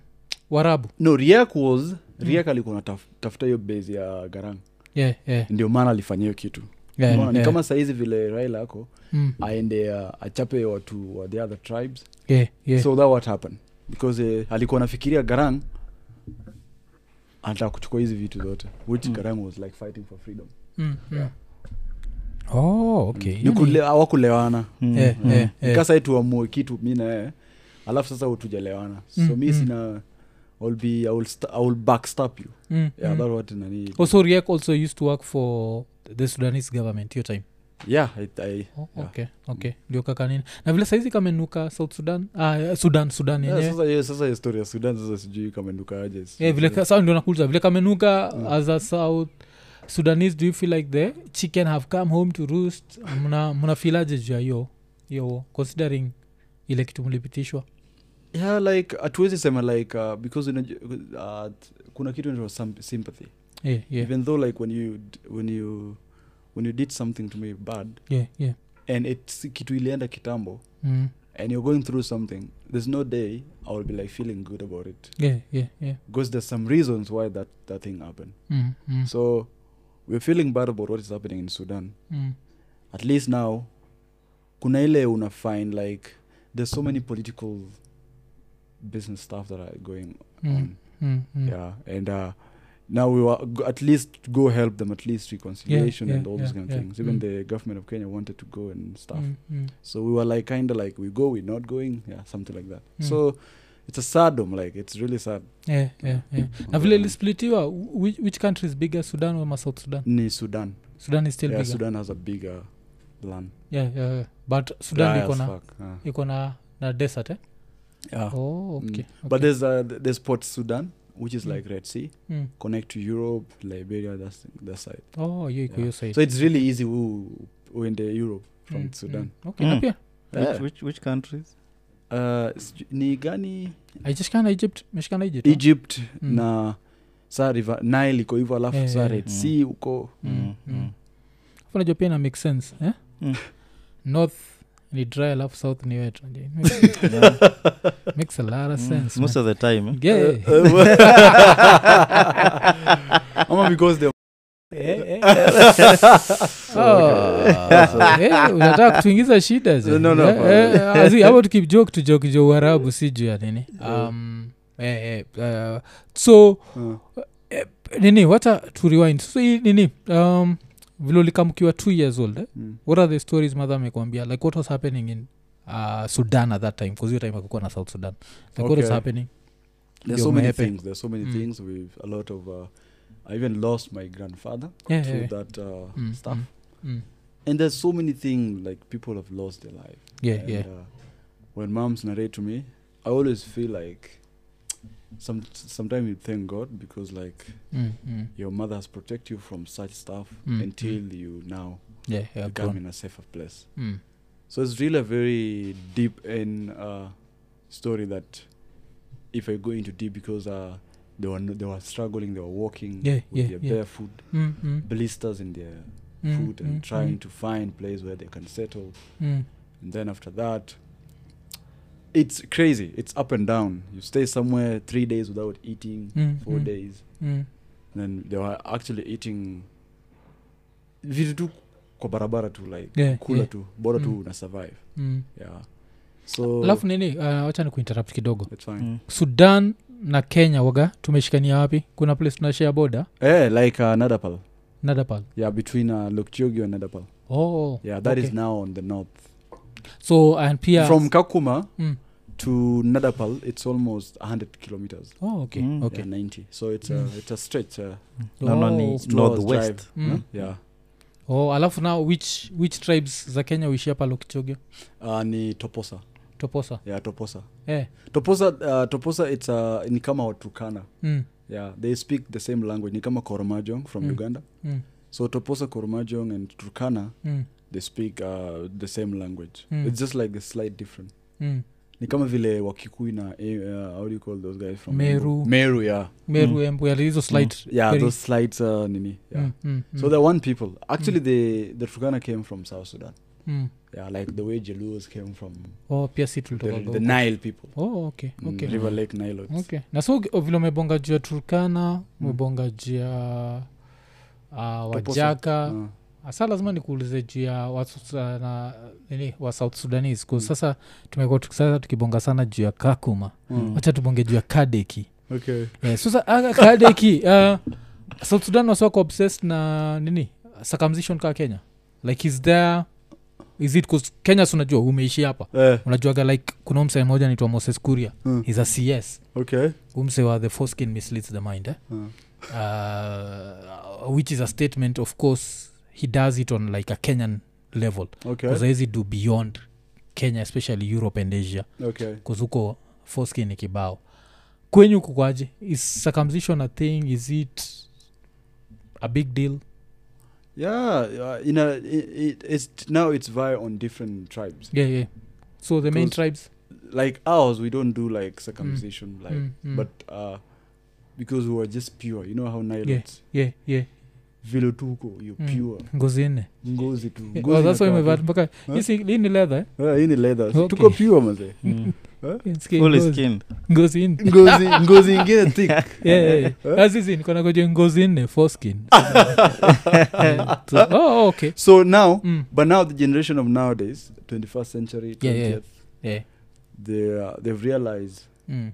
warabu
No, Riek was
Mm.
Riek alikuwa natafuta hiyo base ya Garang,
yeah, yeah,
ndio maana alifanya hiyo kitu.
yeah,
Unaona, ni
yeah.
kama sahizi vile Raila ako
Mm,
aende uh, achape watu wa the other tribes
yeah, yeah.
so that what happened because uh, alikuwa anafikiria Garang anataka kuchukua hizi vitu zote which
Mm.
Garang was like fighting for freedom.
Mm, mm.
Yeah.
Oh, okay.
Ni
Yani-
kule- hawakulewana.
Mm.
Eh,
Mm.
eh, eh.
kasa tuamue kitu mi naye alafu sasa utujalewana
Mm,
so mi
mm.
sina I'll be, I will, st- I will backstop you.
Mm,
Yeah,
mm.
that what nani.
also riak also used to work for the sudanese government hiyo time
Yeah, I, I,
oh,
Yeah.
okay okay ndio kaka nini na vile saizi kamenuka south sudan ah, sudan sudan
yeah,
yenyewe
sasa hiyo sasa hiyo story ya Sudan sasa sijui kama nduka aje.
Eh, yeah, vile ka- sawa ndio nakuuliza vile kamenuka
Mm.
as a south sudanese do you feel like the chicken have come home to roost mna mnafilaje juu ya hiyo hiyo war, considering ile kitu mlipitishwa
yeah like hatuwezi sema like uh, because unaj- uh, kuna kitu inaitwa sym- sympathy
yeah, yeah,
even though like when you d- when you when you did something to me bad
yeah, yeah.
and it's kitu ilienda kitambo
Mm.
and you're going through something there's no day i will be like feeling good about it
yeah, yeah, yeah.
because there's some reasons why that that thing happened
Mm, mm,
so we're feeling bad about what is happening in sudan
mm.
at least now kuna ile una find like there's so many political business stuff that are going
Mm.
on
Mm, mm.
yeah and uh, now we were go, at least go help them at least reconciliation
yeah,
and all those
yeah,
kind of
yeah.
things even
Mm.
the government of kenya wanted to go and stuff
Mm, mm.
so we were like kind of like we go we're not going yeah something like that
Mm.
so it's a sadom like it's really sad
Yeah, yeah,
Mm.
yeah. na vile ilisplitiwa which, which country is bigger sudan ama south sudan
ni sudan
sudan is still
yeah,
bigger
sudan has a bigger land
Yeah, yeah, yeah. but sudan
Dry
iko
as
na
fuck, yeah.
iko na na desert eh?
Yeah.
oh, okay,
Mm.
okay.
but there's uh, th- there's port sudan which is
Mm.
like red sea
mm.
connect to europe liberia that's that side
oh hiyo iko
Yeah.
hiyo side
so it's really easy who who in the europe from
Mm,
sudan
mm. okay na
Mm.
pia
Which, which, which countries
uh, siju- ni gani
aijishikana egypt meshikana egypt huh?
egypt
Mm.
na saa river nile iko hivyo alafu
Eh,
saa
eh.
red
Mm.
sea huko
Mm,
Mm,
mm. Alafu najua pia ina make sense eh?
Mm.
north ni dry alafu south ni wet It makes,
mm. Yeah.
makes a lot of
Mm.
sense
most
man.
of the time eh?
Yeah.
Uh, ama because they
Eh, eh. Oh, eh, unataka kutuingiza shida zi.
No, no,
Eh,
no.
eh, azi, hapo tukijok tujokijo uarabu si juu ya nini um, eh, eh, uh, so
Uh,
nini wacha turiwind so hii nini um, vile ulikuwa mkiwa two years old eh?
mm.
what are the stories madha amekwambia like what was happening in uh, sudan at that time bcause hiyo time akukua na south sudan like what was
Okay.
happening
there's
Ndio
so many
umepe.
things there's so many
Mm.
things with a lot of uh, i even lost my grandfather
Yeah,
through
yeah, yeah.
that uh,
Mm,
stuff
mm, mm.
and there's so many things like people have lost their life
yeah
And,
yeah
uh, when moms narrate to me, I always feel like some sometimes you thank God because like
Mm, mm.
your mother has protected you from such stuff
Mm,
until you now
yeah yeah
become
grown.
in a safer place.
Mm,
So it's really a very deep and uh, story that if I go into deep because uh, they were no- they were struggling, they were walking
Yeah,
with
yeah,
their
yeah.
barefoot,
mm, mm,
blisters in their
mm,
foot, and
mm,
trying
mm,
to find place where they can settle.
mm.
And then after that, it's crazy. It's up and down. You stay somewhere three days without eating,
Mm,
four
mm,
days.
mm.
And then they were actually eating vitu tu kwa barabara tu like
Yeah,
kula
yeah.
tu bora tu
Mm.
una survive
Mm.
yeah so
alafu nini uh, wacha ni kuinterrupt kidogo
it's fine
Mm.
sudan na kenya waga tumeshikania wapi kuna place tunashare boda
eh like uh, nadapal
nadapal
yeah between uh, lokchogio and nadapal
oh
yeah that is
okay.
now on the north
so and pia
from kakuma
Mm.
to nadapal it's almost 100 kilometers
oh, okay
Mm,
okay
yeah, 90 so it's
Mm.
a, it's a stretch uh,
no, no,
Oh.
ni
two hours
northwest
Mm.
huh? yeah
oh alafu now which which tribes za kenya uishi hapa lokichogio
uh, ni toposa
toposa
yeah toposa
eh.
toposa uh, toposa it's uh, ni kama watukana
mm.
yeah they speak the same language ni kama koromajong from
Mm.
uganda
Mm.
so toposa koromajong and turkana
Mm.
they speak uh, the same language
Mm.
it's just like a slight different
Mm.
ni kama vile wakikui na uh, how do you call those guys from
Meru.
meru yeah
meru
Mm.
embu alizo slight
Hmm. yeah
very-
those slides uh, nini yeah
Mm, mm, mm,
so they're one people actually the the turkana came from south sudan
mm.
yeah like the way jaluos came from
oh pia si
the,
tulitoka
the nile people
oh okay
Mm,
okay
river lake nile
okay na so uki- vile umebonga juu ya turkana
Hmm.
umebonga juu ya uh, wajaka
Uh,
sa lazima nikuulize juu ya wasana nini wa south sudanese
Hmm.
mm. sasa tumekuwa tuki- sasa tukibonga sana juu ya kakuma
Mm.
wacha tubonge juu ya kadeki
okay
Eh, sasa ah, kadeki uh, south sudan wasiwako obsessed na nini circumcision kaa kenya like is there is it 'cause kenya si unajua umeishi hapa
Eh,
unajuaga like kuna umse moja naitwa moses kuria
Mm.
is a cs
okay
umse wa the foreskin misleads the mind eh?
Uh,
uh, which is a statement of course he does it on like a kenyan level
okay
because do beyond kenya especially europe and asia
okay
kuzuko foskin ni kibao kwenyu kukwaje is circumcision a thing is it a big deal
yeah uh, in a, it, it's now it's via on different tribes
yeah yeah so the main
Because-
tribes
like ours we don't do
Hmm.
like circumcision like
mm, mm.
but uh because we were just pure you know how nile
Yeah. yeah yeah
vile tuko you
Mm.
pure
ngozi nne
ngozi tu
Yeah,
ngozi
oh, that's why
inakaa
umevaa
tu.
mpaka
Huh?
hii si- hii ni leather eh?
Ah, hii ni leather Si
Okay.
tuko pure mazee
Mm.
Skin,
Full
ngozi-
skin.
ngozi nne
ngozi ngozi ingine thick
Yeah, yeah, yeah. Ah, sisi niko na ngoja ngozi nne foreskin Yeah. So- oh, oh, okay
so now
Mm,
but now the generation of nowadays 21st century 20th
Yeah, yeah, yeah.
they uh, they've realized
mm.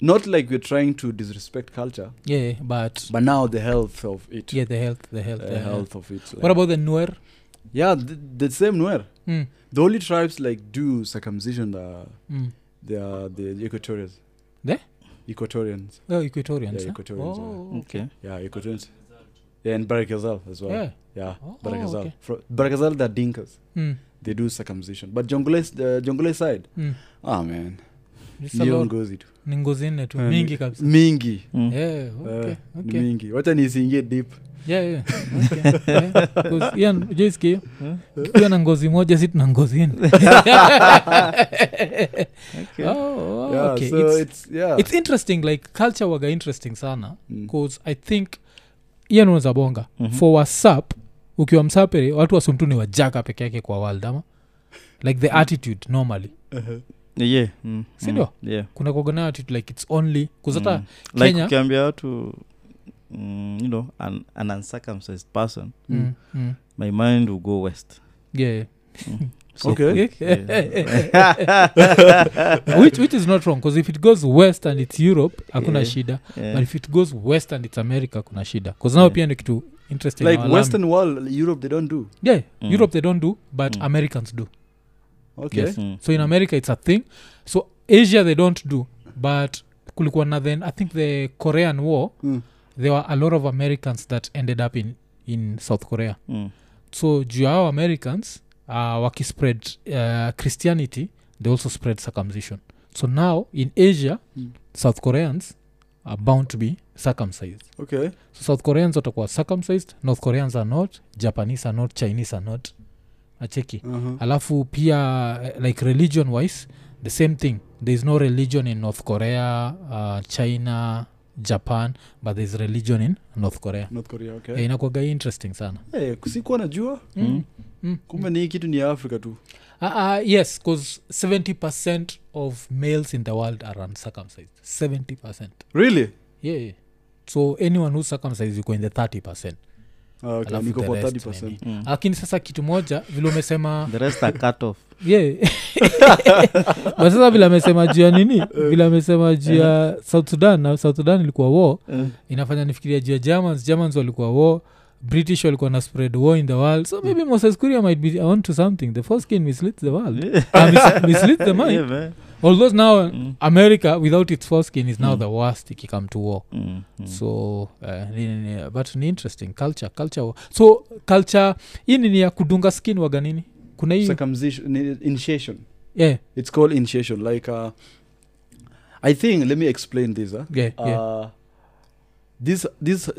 not like we're trying to disrespect culture
Yeah, yeah, but
but now the health of it
yeah the health the health,
the
the health.
health of it like-
what about the nuer
yeah the, the same where
mm,
the only tribes like do circumcision the
mm.
they are the equatorians
The?
equatorians
Oh, equatorians
Yeah, Mm.
huh?
Equatorians,
oh,
Okay.
yeah equatorians yeah and barakazal as well
yeah.
yeah
Oh,
barakazal
okay.
Fro- barakazal they're dinkas
Mm,
they do circumcision but jongole the jongole side
mm.
ah man
It's a
ndio
lot.
ngozi tu
ni ngozi nne tu
Eh,
mingi kabisa
mingi
Mm.
Yeah, okay,
Eh, ni
okay.
mingi wacha niisiingie deep
Yeah, yeah. Okay, yeah. 'Cause hiyo n- unajua isiki hiyo?
Eh?
tukiwa na ngozi moja si tuna ngozi nne
Okay.
Oh, oh,
yeah,
okay.
so
It's-
it's, yeah
it's interesting like culture waga interesting sana
Mm.
bcause i think hiyo nunza bonga
Mhm.
Uh, for wasap ukiwa msapere watu wasumtu ni wajaka peke yake kwa world ama like
Mm.
the attitude normally
Yeah. Mm.
Si ndio?
Mm. Yeah.
kuna kuagana attitude like it's only kuzata
Mm. like
Kenya-
ukiambia watu mm, you know an, an uncircumcised person
mm.
Mm.
mm, mm,
my mind will go west
yeah.
so
Okay.
quick, yeah.
which, which is not wrong bcause if it goes west and it's europe hakuna
Yeah.
shida
Yeah.
but if it goes west and it's america kuna shida bcause nao
Yeah.
pia ni kitu interesting
like
na alarming.
western world europe they don't do
yeah
Mm.
europe they don't do but
Mm.
americans do
okay
Yes.
Mm.
so in america it's a thing so asia they don't do but kulikuwa na then i think the korean war
Mm.
there were a lot of americans that ended up in, in south korea
Mm.
so juu ya hao americans uh, wakispread uh, christianity they also spread circumcision so now in asia
Mm.
south koreans are bound to be circumcised
okay
so south koreans watakuwa circumcised north koreans are not japanese are not chinese are not acheki
uh-huh.
alafu pia eh, like religion wise the same thing there is no religion in north korea uh, china japan but there is religion in north korea
north korea okay
yeah. inakwaga interesting sana
hey, sikuwa najua
Mm.
Mm.
kumbe ni hii kitu ni ya africa tu
Uh, uh, yes because 70% of males in the world are uncircumcised 70%
really
yeah, yeah. so anyone who's circumcised yuko in the 30%
Ah, okay,
Alafu
niko
the
kwa
rest
30%.
maybe.
Mm.
lakini sasa kitu moja vile umesema
the rest are cut off
yeah. But sasa vile amesema juu ya nini vile amesema juu ya south sudan na south sudan ilikuwa war
Mm.
inafanya nifikiria juu ya germans germans walikuwa war british walikuwa na spread war in the world so maybe moses kuria might be on to something the foreskin misleads the world
Yeah.
uh, mis- misleads the mind
Yeah, man.
although now
Mm.
america without its foreskin is now
Mm.
the worst ikikame to war
Mm. Mm.
so uh, ni, ni, ni- but ni interesting culture culture wa- so culture hii nini ya kudunga skin waga nini kuna hii
circumcision ni- initiation
yeah,
it's called initiation like uh, i think let me explain this huh?
yeah, yeah.
uh, this this uh,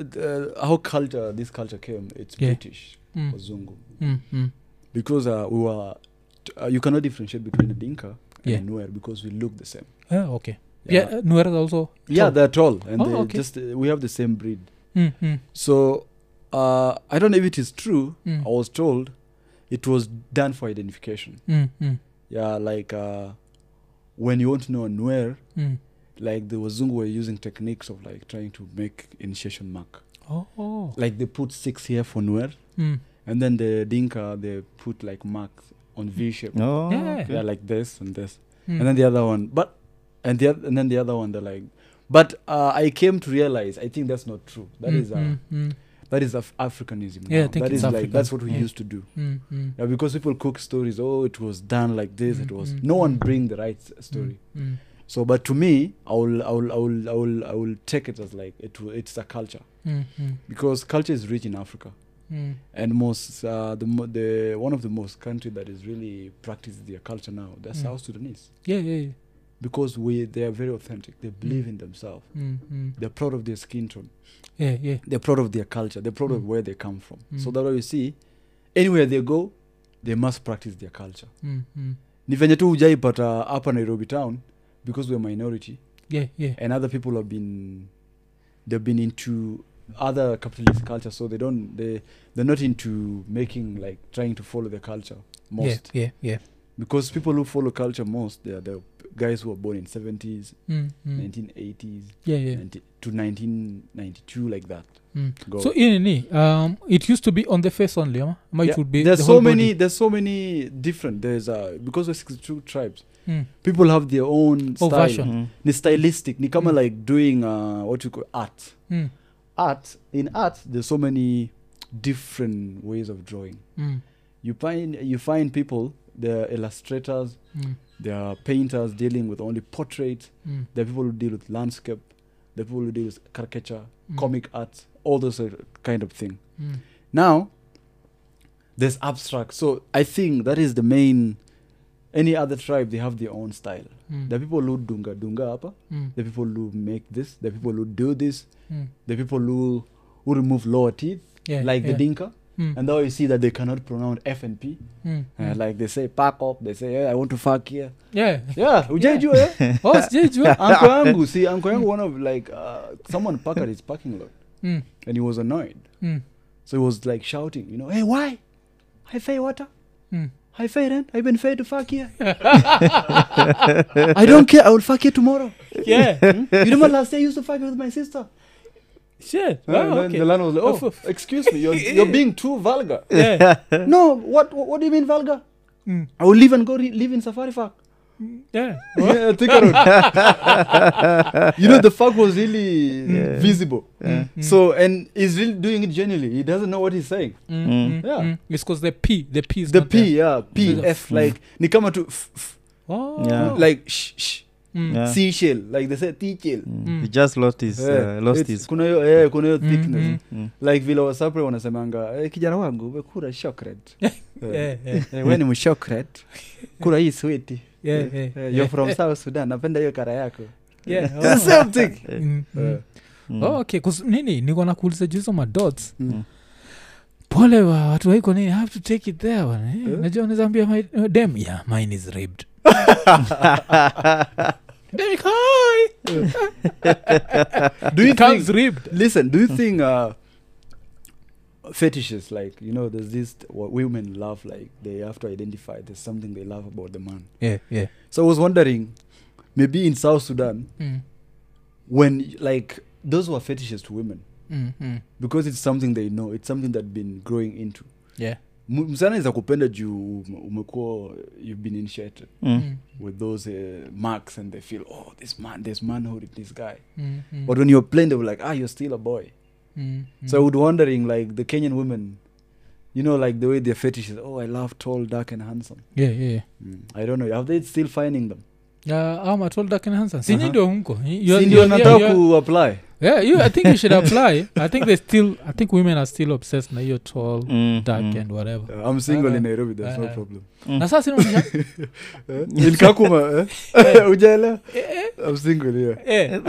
how culture this culture came it's
Yeah.
british
Mm,
wazungu
mm, mm.
because uh, we were t- uh, you cannot differentiate between a dinka and
Yeah.
a nuer because we look the same
Ah, okay yeah, uh, Nuer is also
yeah
tall.
they're tall and
Oh,
they
okay.
just uh, we have the same breed
Mm, mm,
so uh, i don't know if it is true
mm,
i was told it was done for identification
mm, mm,
yeah like uh, when you want to know a nuer
mm.
like the wazungu were using techniques of like trying to make initiation mark
Oh, oh.
like they put six here for nuer
Mm.
and then the dinka they put like mark on v shape
Oh,
Yeah.
okay.
yeah like this and this
Mm.
and then the other one but and the oth- and then the other one they're like but uh, i came to realize i think that's not true That
Mm,
is uh,
mm, mm,
that is Af- africanism
Yeah, I
now.
think
That
it's
is like
African.
that's what we
Yeah.
used to do
mm, mm,
yeah, because people cook stories oh it was done like this it
Mm,
was
mm,
no one
mm.
bring the right s- story
mm,
so but to me i will i will i will i will, I will take it as like it, w- it's a culture
mm, mm,
because culture is rich in africa
mm.
and most uh, the, mo- the one of the most country that is really practices their culture now that's
Mm.
south sudanese
Yeah, yeah, yeah.
because we, they are very authentic they believe in themselves
mm, mm.
they're proud of their skin tone
yeah yeah
they're proud of their culture they're proud of
Mm.
where they come from so
Mm.
that way you see anywhere they go they must practice their culture
mm, mm.
ni venye tu ujaipata hapa nairobi town because we're minority
yeah yeah
and other people have been they've been into other capitalist culture so they don't they they're not into making like trying to follow the culture most
yeah yeah yeah
because people who follow culture most they are the guys who are born in 70s
mm, mm.
1980s
yeah yeah
90 to 1992 like that
Mm.
Go.
so in ni um, it used to be on the face only ama ama it
Yeah,
would be
there's
the
so
whole
many
body.
there's so many different there's uh because there's 62 tribes
Mm.
people have their own
Oh,
style
version.
Mm.
ni stylistic ni kama
Mm.
like doing uh what you call art
Mm.
art in art there's so many different ways of drawing
Mm.
you find you find people they're illustrators
Mm.
there are painters dealing with only portraits
Mm.
there are people who deal with landscape there are people who deal with caricature
Mm.
comic art all those uh, kind of thing
Mm.
now there's abstract so i think that is the main any other tribe they have their own style
Mm.
the people who dunga dunga apa
Mm.
the people who make this the people who do this
Mm.
the people who who remove lower teeth
Yeah,
like
yeah.
the dinka
Mm.
and now you see that they cannot pronounce f and p
Mm.
uh, like they say pack up they say yeah, i want to fuck here
yeah
yeah ujaijua eh?
oh sijajua
uncle yangu see uncle yangu one of like uh, someone parked at his parking lot
mm.
and he was annoyed
Mm.
so he was like shouting you know hey why i fay water
Mm.
I fay rent. I've been fair to fuck here. I don't care. I will fuck you tomorrow.
yeah
Hmm? You remember last year I used to fuck with my sister?
Shit.
And
Wow,
then
Ah, okay.
the landlord was
Oh,
like, oh, excuse me, you're, you're being too vulgar.
yeah.
no, what, what what do you mean vulgar?
Mm.
I will leave and go re- live in Safari Park.
yeah.
Yeah, Thika Road. you know, the fuck was really
Yeah.
visible.
Yeah.
So, and he's really doing it genuinely. He doesn't know what he's saying.
Mm,
Mm.
mm,
Hmm. Yeah.
mm. It's because the P, the P is
The
not
P,
There.
yeah, P,
Mm.
F, like, Nikama to f, f,
Oh.
Yeah.
like, shh, shh,
Mm.
Yeah.
seashell, like they say, seashell.
Mm.
Mm.
He just lost his
Eh,
uh, lost
it's-
his
kuna hiyo eh, kuna hiyo thickness
Mm,
mm.
like vile wasapre wanasemanga eh, kijana wangu umekura shokret
Yeah, yeah,
Eh, we ni mshokret kura hii switi
yeah, yeah,
Eh,
yeah.
you're from south sudan napenda hiyo kara yako
Yeah, oh.
The same thing.
Mm, mm.
Eh,
Mm.
Oh, okay 'cause nini niko nakuuliza juzo madots
Mm.
pole wa watu waiko nini I have to take it there bwana, eh.
Eh?
najua unaweza ambia my uh, dem yeah mine is raped Dem is- hi
do you
It comes
think,
ribbed
listen do you think uh, fetishes like you know there's this what women love like they have to identify there's something they love about the man
yeah yeah
so i was wondering maybe in south sudan
mm.
when like those were fetishes to women
Mm, mm.
because it's something they know it's something that been growing into
yeah
M- msichana is kupenda juu ume- umekuwa you've been initiated
Mm.
Mm,
with those uh, marks and they feel oh this man there's manhood in this guy
mm, mm,
but when you're plain they were like ah you're still a boy
mm, mm.
so i would wondering like the kenyan women you know like the way their fetish is oh i love tall dark and handsome
yeah yeah yeah.
i don't know are they still finding them
Uh, ama told Duncan Hansen. Si
Uh-huh.
nyi ndio mko. Y- you're-
si ndio
you're- you're-
nataka
you're-
kuapply
Yeah, you- I think you should apply. I think they still I think women are still obsessed na hiyo tall,
Mm.
dark
Mm.
and whatever.
Uh, i'm single
Uh-huh.
in nairobi there's no
Uh-huh.
problem
Na sasa inaonyesha
Eh? in kakuma eh? ujaelewa i'm single yeah
eh.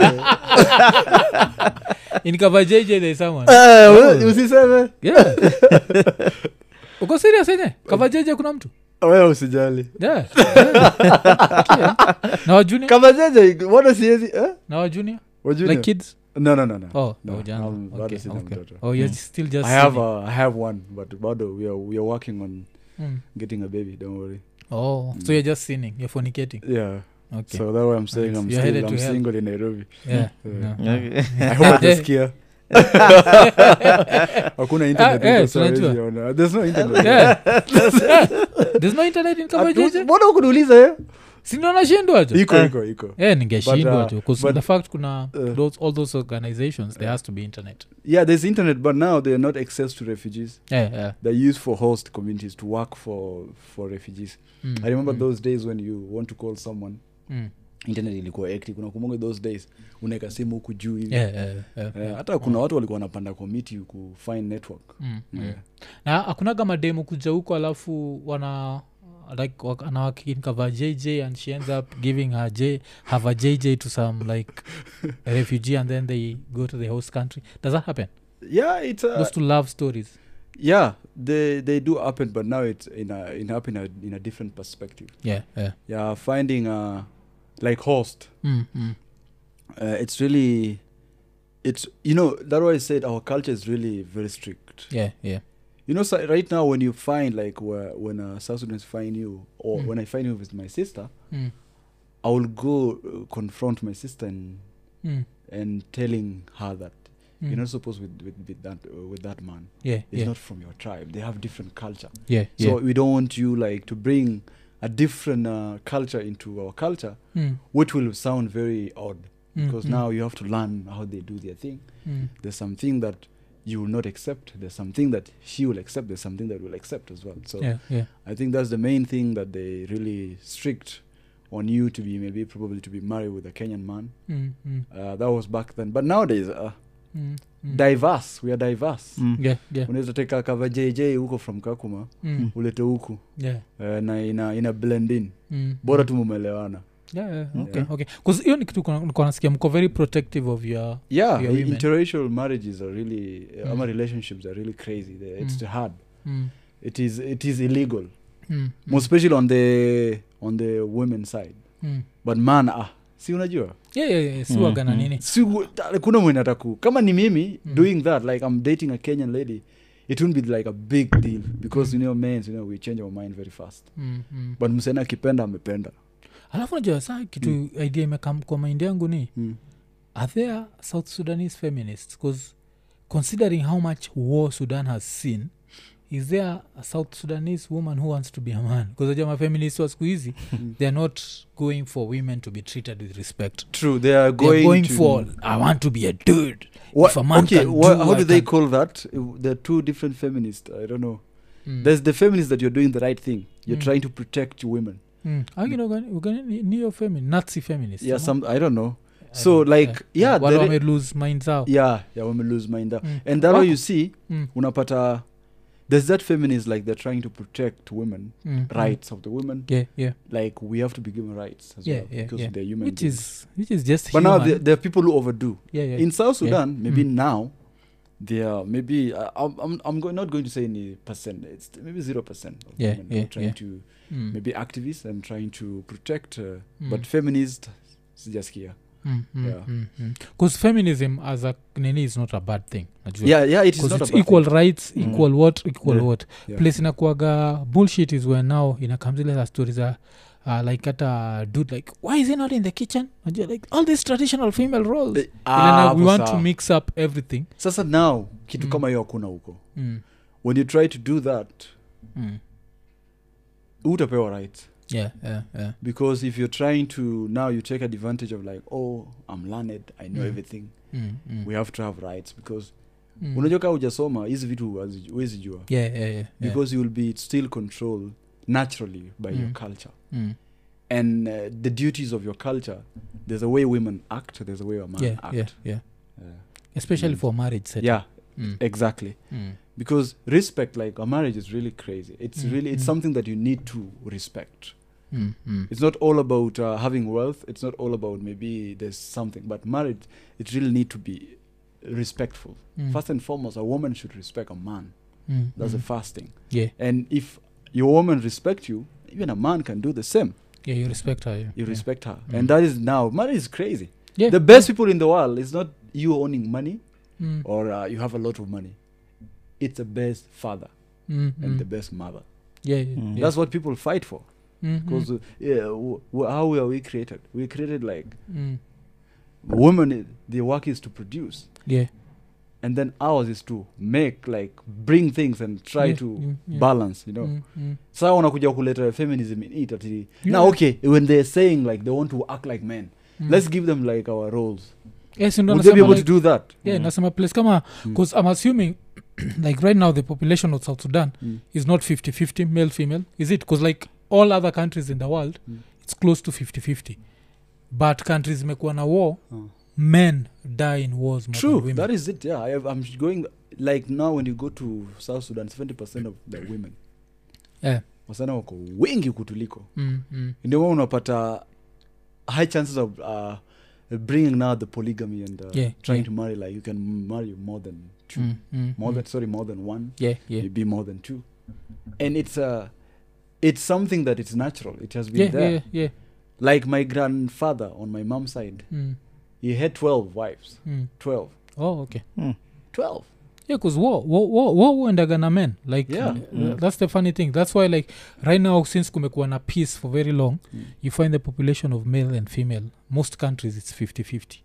In Kavajeje there's someone.
Eh, we-
Oh.
usiseme
Yeah. Uko serious yenye? Kavajeje kuna mtu?
wewe usijali
Yeah. Yeah. Okay. Na wa junior?
kama jeje mbona siwezi eh?
Na wa junior?
Wajunior?
Like kids?
no, no, no, no.
Oh,
No,
no, ujana.
I'm bado
Okay,
sina
okay.
mtoto.
Oh, you're
Mm.
still just
I have
seeing.
a, I have one but bado we are, we are working on
Mm.
getting a baby don't worry
Oh, so you're just sinning, you're fornicating.
yeah
Okay.
so that way I'm saying I'm,
You're headed
still,
to
I'm
hell.
single in Nairobi
yeah.
Mm.
No.
Okay.
I hope atasikia hakuna internet
Ah, eh,
huko, so hawezi
tunajua. Eh,
ona. yaani, there's no internet Ah,
Yeah. Yeah. There's no internet in Kabajeje.
Mbona hukuniuliza, eh?
sindo nashindwa tu
iko iko iko
Eh, ningeshindwa
But,
tu
uh,
'cause
but-
the fact kuna
Uh.
those, all those organizations there has to be internet
yeah there's internet but now they're not access to refugees
yeah, yeah.
they're used for host communities to work for for refugees
Mm,
i remember
mm,
those days when you want to call someone
mm.
internet ilikuwa active unakumbuka those days unaweka simu huku juu hivi
Yeah, yeah, yeah,
Eh,
yeah.
hata kuna watu walikuwa wanapanda komiti kufind network
Mm, mm.
Yeah.
na akunaga mademu kuja huko alafu wana like wak- anawakinkava jj and she ends up giving her j have a jj to some like refugee and then they go to the host country does that happen
yeah it's uh,
those two love stories
yeah they they do happen but now it's in a in up in a in a different perspective
yeah yeah
yeah finding uh like host
mm, mm.
uh, it's really it's you know that's why i said our culture is really very strict
yeah yeah
you know so right now when you find like where, when uh, south students find you or
Mm.
when i find you with my sister
mm,
i will go uh, confront my sister and
mm,
and telling her that
mm.
you're not supposed with with, with that uh, with that man
yeah
he's
yeah,
not from your tribe they have different culture
yeah yeah
so we don't want you like to bring a different uh, culture into our culture
Mm,
which will sound very odd
mm,
because
mm,
now you have to learn how they do their thing
mm.
there's something that you will not accept there's something that she will accept there's something that will accept as well so
yeah yeah
i think that's the main thing that they really strict on you to be maybe probably to be married with a kenyan man
mm, mm,
uh, that was back then but nowadays uh,
mm, mm.
diverse we are diverse
Mm.
yeah yeah
unaweza teka kava jj huko from kakuma
mm,
ulete huku
yeah
eh, na ina, ina blend in
mm,
bora
mm.
tu mumelewana
Yeah, yeah,
Mm.
okay
Yeah.
okay 'Cause hiyo ni kitu kuna- nilikuwa nasikia mko very protective of your
yeah,
Yeah,
i-
women.
interracial marriages are really uh, ama
Mm.
relationships are really crazy They- it's
Mm.
hard
mm,
it is it is illegal
mm,
most
mm,
especially on the on the women side
mm.
but man ah si unajua
Yeah, yeah, yeah, si
Mm,
waga na
mm.
nini
si u- ta- kuna mwenye ataku kama ni mimi
Mm.
doing that like i'm dating a kenyan lady it won't be like a big deal because
Mm.
you know men you know we change our mind very fast
Mm, mm.
but msena akipenda amependa
alafu najua saa kitu idea imekam kwa maindi yangu ni
mm.
are there south sudanese feminists bcause considering how much war sudan has seen is there a south sudanese woman who wants to be a man bcause aja mafeminist wa siku hizi
Mm.
they're not going for women to be treated with respect
true they are
they're
going,
going
to,
for i want to be a dude
Wha-
if a man
okay
can
wha-
do,
how
I
do they
can-
call that there are two different feminists i don't know
Mm.
there's the feminist that you're doing the right thing you're
Mm.
trying to prect women
Mm. Lakini ugani- ugani- ni- neo feminist nazi feminist
yeah
ama?
some i don't know
I
so,
don't- Eh,
like, yeah,
wale
there i-
wame lose mind zao
yeah yeah women lose mind up
Mm.
and that way
Wako-
you see
Oh. Mm,
unapata there's that feminist like they're trying to protect women
mm, mm.
rights of the women
yeah yeah
like we have to be given rights as
Yeah,
well
yeah,
because
yeah.
they're human
which
beings.
is which is just
but now
human.
there, there are people who overdo
yeah, yeah.
in south
yeah.
sudan maybe
Mm.
now they are maybe I, i'm, I'm, I'm go- not going to say any percent it's maybe zero percent of
Yeah,
women are
yeah,
trying
yeah.
to
Mm,
maybe activists and trying to protect uh,
Mm.
but feminist sijaskia
mm, mm,
yeah.
mm, mm. 'Cause feminism as a nini is not a bad thing najua
yeah yeah it is
'Cause
not
it's
a bad
equal
thing.
rights
Mm.
equal what equal
Yeah.
what
Yeah.
place inakuaga bullshit is where now inakamzile za stories za uh, like hata dude like why is he not in the kitchen najua like all these traditional female roles
Eh,
Ila na
ah,
we
hapo
want to
sawa.
mix up everything
sasa now kitu
Mm.
kama hiyo hakuna huko
mm.
when you try to do that
Mm.
utapewa right
yeah yeah yeah
because if you're trying to now you take advantage of like oh i'm learned i know
Mm.
everything
mm. Mm.
we have to have rights because
mm.
unajua kaa ujasoma hizi vitu huwezi- huwezi jua
yeah yeah yeah yeah.
because you will be still controlled naturally by your
Mm.
culture
Mm.
and uh, the duties of your culture there's a way women act there's a way a man
yeah
act
yeah yeah
Yeah.
especially
Mm.
for marriage setting.
yeah Eh.
Mm.
exactly
Mm.
because respect like a marriage is really crazy it's
Mm,
really it's
mm.
something that you need to respect
Mm. Mm.
it's not all about uh, having wealth it's not all about maybe there's something but marriage it really need to be respectful
Mm.
first and foremost a woman should respect a man
Mm.
that's the
Mm.
first thing
yeah
and if your woman respect you even a man can do the same
yeah you respect her yeah.
you
yeah.
respect her
Mm.
and that is now marriage is crazy
yeah.
the best people in the world is not you owning money
mm.
or uh, you have a lot of money it's the best father
Mm.
and the
Mm.
best mother
yeah yeah,
Mm.
yeah.
that's what people fight for
mm.
because uh, yeah, w- w- how were we created we created like
mm.
women i- their work is to produce
yeah
and then ours is to make like bring things and try
yeah.
to
mm. yeah.
balance you know
mm. Mm.
saa wanakuja kuleta feminism in it ati
Yeah.
now okay when they're saying like they want to act like men
Mm.
let's give them like our roles
yes, and
would they be
anasema
able
like,
to do that
yeah
Mm.
nasema place kama
Mm.
because i'm assuming like right now the population of south sudan
Mm.
is not 50 50 male female is it because like all other countries in the world
Mm.
it's close to 50 50 but countries imekuwa na war
Oh.
men die in wars more
true
than women.
that is it yeah I have, i'm going like now when you go to south sudan 70% of the women
Yeah,
wasana wako wengi kutuliko
mm, mm.
ndio maana unapata high chances of uh, bringing now the polygamy and uh,
Yeah,
trying
yeah.
to marry like you can marry more than two
Mm, mm,
more
mm.
than sorry more than one
yeah, yeah.
maybe more than two and it's uh, it's something that it's natural it has been
Yeah,
there
yeah, yeah.
like my grandfather on my mom's side
Mm,
he had 12 wives
mm.
12
oh okay
12
yeah because war war- war war huendaga na men like
Yeah.
uh,
Mm.
that's the funny thing that's why like right now since kumekuwa na peace for very long
Mm.
you find the population of male and female most countries it's 50 50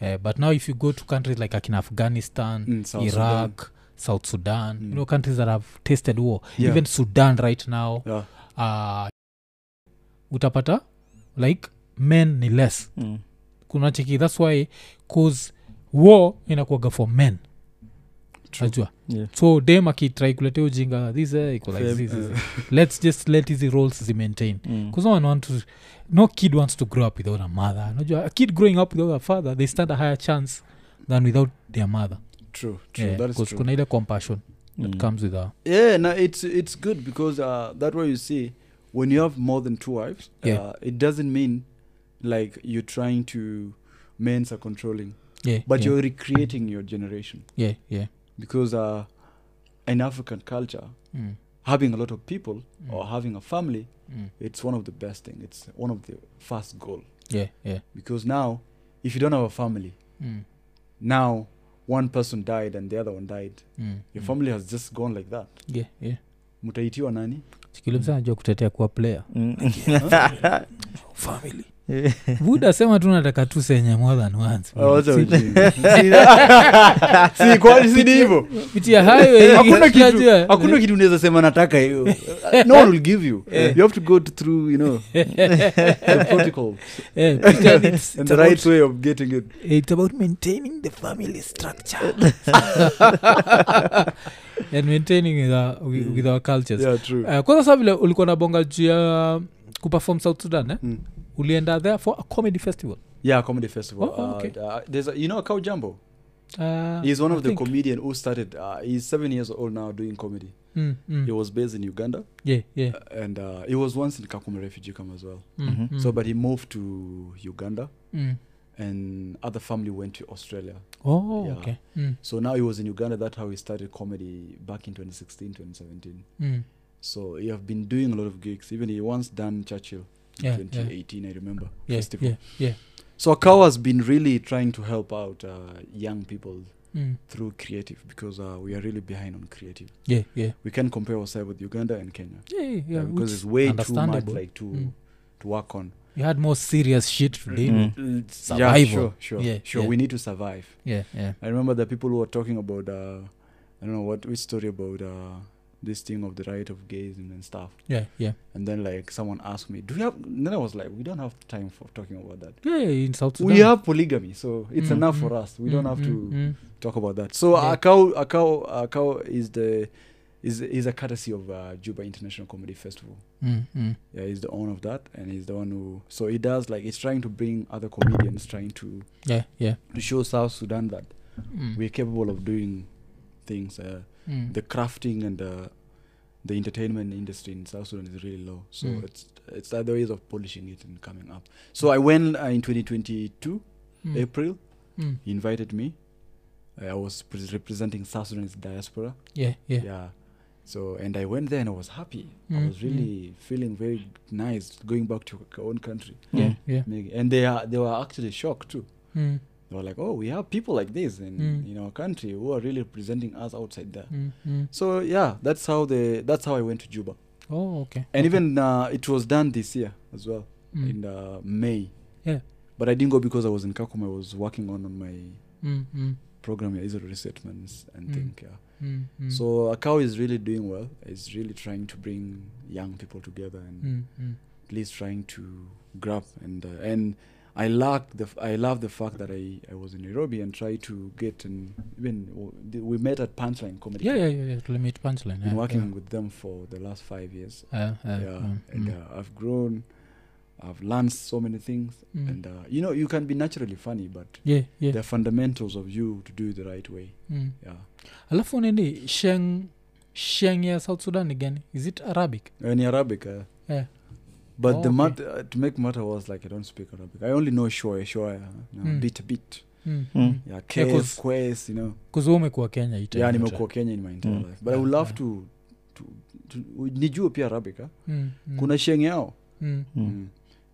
uh, but now if you go to countries like akina afghanistan
mm, South Sudan.
iraq south sudan
Mm.
you know countries that have tasted war
Yeah.
even sudan right now
Yeah.
uh, utapata like men ni less
Mm.
kuna chiki that's why cause war inakuaga for men
True.
najua
Yeah.
so dem akitrai kuletea ujinga this eh, iko like
Fem-
this, this,
uh,
this. let's just let hizi roles zimaintain
Mm.
because no one want to no kid wants to grow up without a mother najua a kid growing up without a father they stand a higher chance than without their mother
true true
Yeah,
that is
'cause
true
kuna ile compassion that
Mm.
comes with a
yeah no it's it's good because uh that way you see when you have more than two wives
Yeah.
uh, it doesn't mean like you're trying to men's are controlling
yeah,
but
yeah,
you're recreating your generation
yeah, yeah.
because uh in african culture
Mm,
having a lot of people
Mm.
or having a family
mm.
it's one of the best thing it's one of the first goal
yeah, yeah.
because now if you don't have a family
Mm,
now one person died and the other one died
mm,
your
mm.
family has just gone like that
yeah, yeah.
mutaitiwa nani Mm.
chikilimsa najua kutetea kuwa player
Mm.
family
Yeah.
buda sema tu nataka tu senye more than once
Oh, wacha
Si-
ujinga. Si- si kwani si ni hivyo
pitia eh, highway
Eh, Hakuna kitu-
Unajua?
hakuna kitu unaweza sema nataka hiyo no one will give you
Eh.
you have to go to- through you know the protocol
Eh, pretend it's-
and
it's
the right
about-
way of getting it
it's about maintaining the family structure and maintaining with our, with with our cultures
Mm. yeah true
Eh, kwanza saa vile ulikuwa na bonga juu ya kuperform south sudan eh?
Mm.
ulienda there for a comedy festival
yeah comedy festival
Oh, oh, okay.
uh, uh, there's a, you know cow jumbo
uh,
he's one of
I
the
think.
comedian who started uh, he's seven years old now doing comedy
Mm, mm.
he was based in uganda
Yeah, yeah.
and uh, he was once in kakuma refugee camp as well
Mm,
Mhm.
mm,
Mm-hmm. so but he moved to uganda
mm.
and other family went to australia
Oh,
Yeah.
okay. Mm,
so now he was in uganda that's how he started comedy back in 2016 2017
mm.
so you have been doing a lot of gigs even he once done churchill in
Yeah, yeah.
2018 i remember
Yeah,
festival
yeah, yeah.
so akawa has been really trying to help out uh, young people
Mm.
through creative because uh, we are really behind on creative
Yeah, yeah.
we can compare ourselves with uganda and kenya
Yeah, yeah,
yeah,
yeah,
because
which-
it's way too much
understandable.
like to
Mm.
to work on
you had more serious shit
Mm-hmm.
to deal
Mm.
with.
yeah
Survival.
sure sure
Yeah,
sure
yeah.
we need to survive
Yeah, yeah.
I remember the people who were talking about uh, I don't know what which story about uh, this thing of the right of gays and, and stuff.
Yeah, yeah.
And then like someone asked me, "Do you have?" And then I was like, "We don't have time for talking about that.
Yeah, yeah, in South Sudan.
We have polygamy, so it's
Mm,
enough
mm,
for us. We don't have to
Mm,
talk about that." So
Yeah.
Akau Akau Akau is the is is a courtesy of uh, Juba International Comedy Festival.
mm, mm.
Yeah, he's the owner of that, and he's the one who. So he does like he's trying to bring other comedians, trying to
Yeah, yeah.
to show South Sudan that
Mm,
we're capable of doing things. Uh,
mm.
the crafting and the the entertainment industry in South Sudan is really low. So
Mm.
it's it's other ways of polishing it and coming up. So I went uh, in 2022
Mm,
April.
mm.
He invited me. I was pre- representing South Sudan's diaspora.
Yeah, yeah.
So and I went there and I was happy. I
Mm,
was really feeling very nice going back to our own country.
Yeah, yeah.
Maybe- And they are they were actually shocked too.
Mm,
They were like, "Oh, we have people like this in
Mm.
in our country who are really representing us outside there."
mm, mm.
So yeah, that's how the that's how I went to Juba.
Oh, okay. okay.
and even uh, it was done this year as well
Mm,
in uh, May.
Yeah.
But I didn't go because I was in Kakuma. I was working on, on my
mm, mm,
program, yeah, Israel resettlements and
Mm.
think. Yeah.
mm, mm.
So Akau is really doing well. It's really trying to bring young people together and
Mm, mm.
at least trying to grab and uh, and I lack the f- I love the fact that I, I was in Nairobi and tried to get and even w- th- we met at Punchline Comedy.
Yeah,
Club.
yeah, yeah, yeah. Limit punchline.
Been
yeah,
working
yeah.
with them for the last five years
Uh, uh,
yeah
mm,
and
mm,
uh, i've grown i've learned so many things
mm.
and uh, you know you can be naturally funny but
yeah, yeah.
the fundamentals of you to do it the right way
Mm.
yeah
alafu nini sheng sheng ya south sudan ni gani is it arabic
Uh, in arabic uh,
Yeah.
but
Oh,
the
okay.
mat- uh, to make matter was like i don't speak arabic i only know shoya shoya you know,
Mm.
bit bit
mm.
Mm.
mm.
yeah case,
'cause-
quest you know
'Cause wewe umekuwa kenya hii time
yeah
yote.
nimekuwa kenya in my entire
Mm.
life but i would love to, to, to nijue pia arabic ah.
Mm, mm,
kuna sheng yao
mm.
Mm.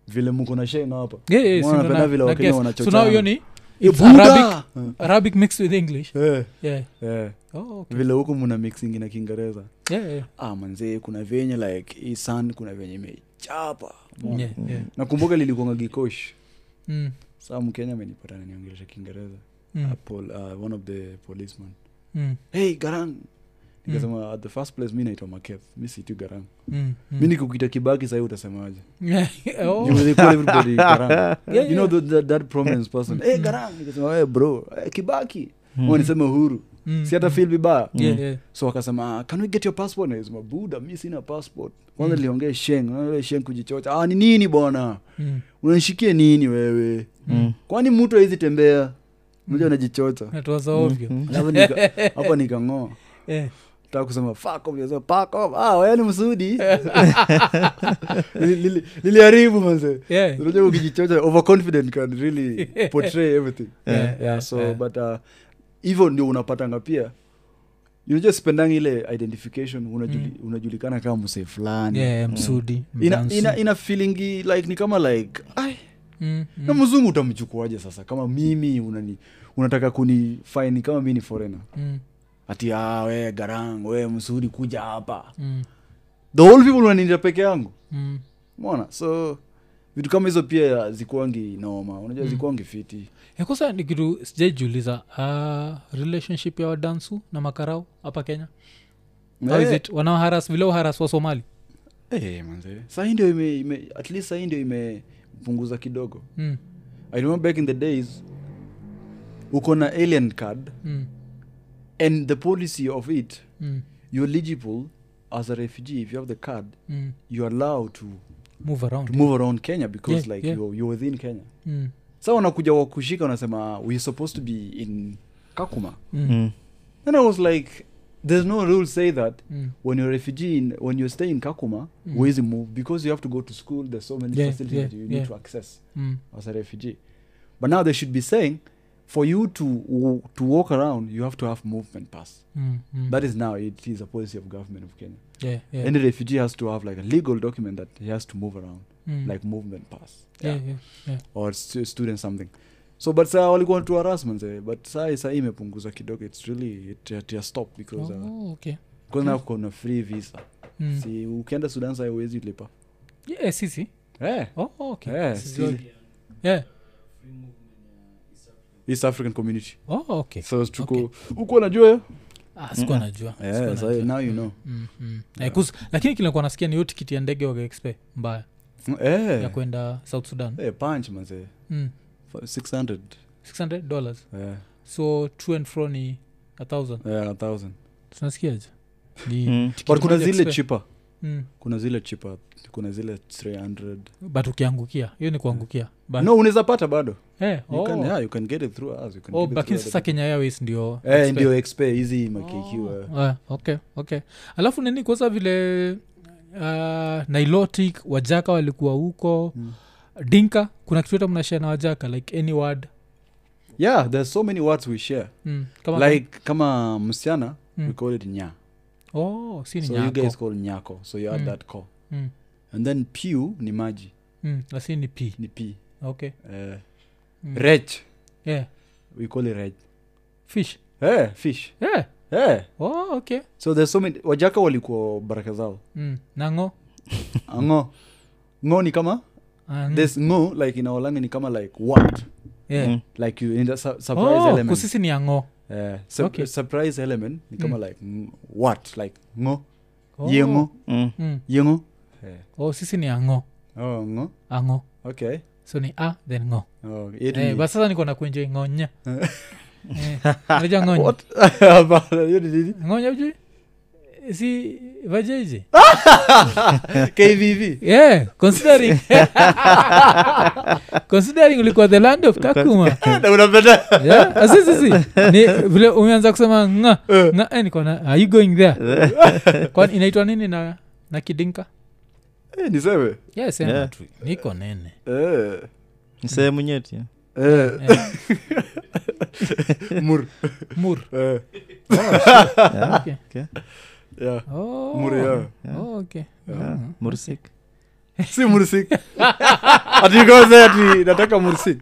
vile mko na sheng hapa
Yeah, yeah,
Mbona
si ndo
napenda
na-
vile
na
wakenya
guess. so
wanachochana?
now hiyo ni
Eh,
it's
Buddha!
arabic arabic mixed with english
Eh,
yeah
eh.
oh, okay.
vile huko muna mixing na kiingereza
yeah, yeah.
ah, manzee kuna venye like hii sun kuna venye imechapa Umeona?
Yeah, yeah.
nakumbuka lilikuanga gikosh
Mm,
saa mkenya amenipata naniongelesha kiingereza
mm,
A pol- uh, one of the policeman
mm,
hey garang nikasema at the first place mi naitwa maketh mi situ garang
mm, mm.
mi nikukita kibaki sahii utasemaje
Yeah, oh,
You will call everybody garang
yeah,
you know
yeah. Mm.
the, that, that prominence person hey garang nikasema hey bro hey, kibaki mm. nisema huru
Mm,
si hata
mm.
feel vibaya
Yeah, yeah.
so akasema can we get your passport nasema buda mi sina passport kwanza
Mm.
niliongea sheng ile sheng kujichocha ah, ni nini bwana
Mm,
unanishikie nini wewe
mm.
kwani mtu awezi tembea moja unajichocha
That was obvious.
alafu nika- hapo nikang'oa
Eh.
taka kusema "Fuck off," nikasema, "Pack off." Ah, wewe ni msudi Lili- lili- liliharibu manze
Yeah.
unajua ukijichocha overconfident can really portray everything
Yeah,
yeah, so
yeah.
but uh, hivyo ndio unapatanga pia unajua sipendangi ile identification unajuli, unajulikana kama msee fulani
Mm. Yeah, yeah, msudi
Mm. ina,
Mdansi.
ina, ina feelingi like ni kama like ai,
Mm, mm.
na mzungu utamchukuaje sasa kama mimi unani unataka kunifaini kama mi ni forena
Mm,
ati ah, we garang we msuri kuja hapa
mm,
the whole people unaninja peke yangu
mm.
mona so vitu kama hizo pia zikuangi noma unajua mm. zikuangi fiti
Eh, kwanza ni kitu sijaijuliza uh, relationship ya wadansu na makarau hapa kenya How is
Eh,
it wanaoharas vile uharas wa somali
sahii ndio ime, ime at least sahii ndio imepunguza kidogo
mm,
i remember back in the days uko na alien card
mm,
and the policy of it
mm,
you're eligible as a refugee if you have the card
mm.
you're allowed to,
move
to
around
move around kenya because
Yeah,
like
yeah.
You're, you're within kenya
mm,
sa wanakuja wakushika wanasema we're supposed to be in kakuma
mm,
Mm.
and i was like there's no rule say that
mm.
when you're a refugee in, when you stay in kakuma
Mm.
mm. wezi move because you have to go to school there's so many
Yeah,
facilities
yeah,
that you
yeah.
need to access
Mm.
as a refugee but now they should be saying for you to to walk around you have to have movement pass
Mm, mm.
that is now it is a policy of government of kenya
Yeah, yeah.
any refugee has to have like a legal document that he has to move around
Mm.
like movement pass
Yeah, yeah.
or stu- student something so but saa walikuwa tu harassment eh, but saa saa hii imepunguza kidogo its really it, it, has stopped because uh,
Oh, okay.
because now kuna free visa
Mm.
si ukienda sudan saa uwezi lipa
Yeah, sisi
eh,
oh, okay.
eh,
Sisi
si-
wote. Yeah.
east african community
Oh, okay.
so tuko uko najua hiyo?
Ah, sikuwa najua
Eh,
sikuwa
so
najua.
now you know.
Mm, mm. Eh, 'cause- lakini kilikuwa nasikia ni hiyo tikiti ya ndege wagaexpe mbaya
eh,
ya kwenda south sudan
eh, punch manze
mm.
F- 600
600 dollars
eh,
so to and fro ni a thousand
eh, 1000
tunasikiaje ni
Mm.
tikiti
but kuna
moja
zile
express.
cheaper
mm.
kuna zile cheaper kuna zile 300
but ukiangukia hiyo ni kuangukia but
no unaweza pata bado
eh,
you,
oh.
can, yeah, you can get it through us you can
oh
get it
lakini
through
sasa
other
kenya airways ndio
people. eh,
express.
ndio exp hizi makq eh.
Oh, ah, okay okay alafu nini kwanza vile uh, nilotic wajaka walikuwa huko
Mm.
dinka kuna kitu hata mnashare na wajaka like any word
yeah there's so many words we share
mm. kama
like kama msichana
Mm.
we call it nya
oh si ni
so
nyako
you guys call nyako so you add
Mm.
that call
Mm.
and then pew ni maji
Mm, na si ni p
ni p
okay
eh,
Mm.
rech
yeah
we call it rech
fish
eh, fish
yeah
eh.
oh okay
so there's so many wajaka walikuwa baraka zao
mm. nango
ngo ngo ni kama
Ah, mm.
this ngo like in our language ni kama like what
yeah.
Mm.
like you in the su- surprise
oh,
element
kusisi ni ango
eh, sup-
Okay.
surprise element ni kama
Mm.
like ng- what like ngo
oh.
yengo
Mm.
mm.
yengo eh.
oh sisi ni ango
oh, ngo
ango
okay
so ni a then ngo
oh, yetu
Eh,
ni-
basi sasa niko na kuenjoi ngonya Eh, unajua ngonya
What? Hapana, hiyo ni nini?
ngonya ujui Eh, si vajeje
kvv
yeah Eh, considering considering ulikuwa the land of kakuma
Na unapenda-
yeah asa sisi ni vile umeanza kusema nga nga eh, niko na are you going there kwani inaitwa nini na na kidinka
Eh, niseme
yeah sema
Yeah.
tu niko nene
Eh,
sehemu nyeti
eh. Mur.
mur
Eh,
okay.
yeah.
oh.
Mur, yeah.
oh, okay
É,
Mhm.
mursik
si mursik Ati you go there ati nataka mursik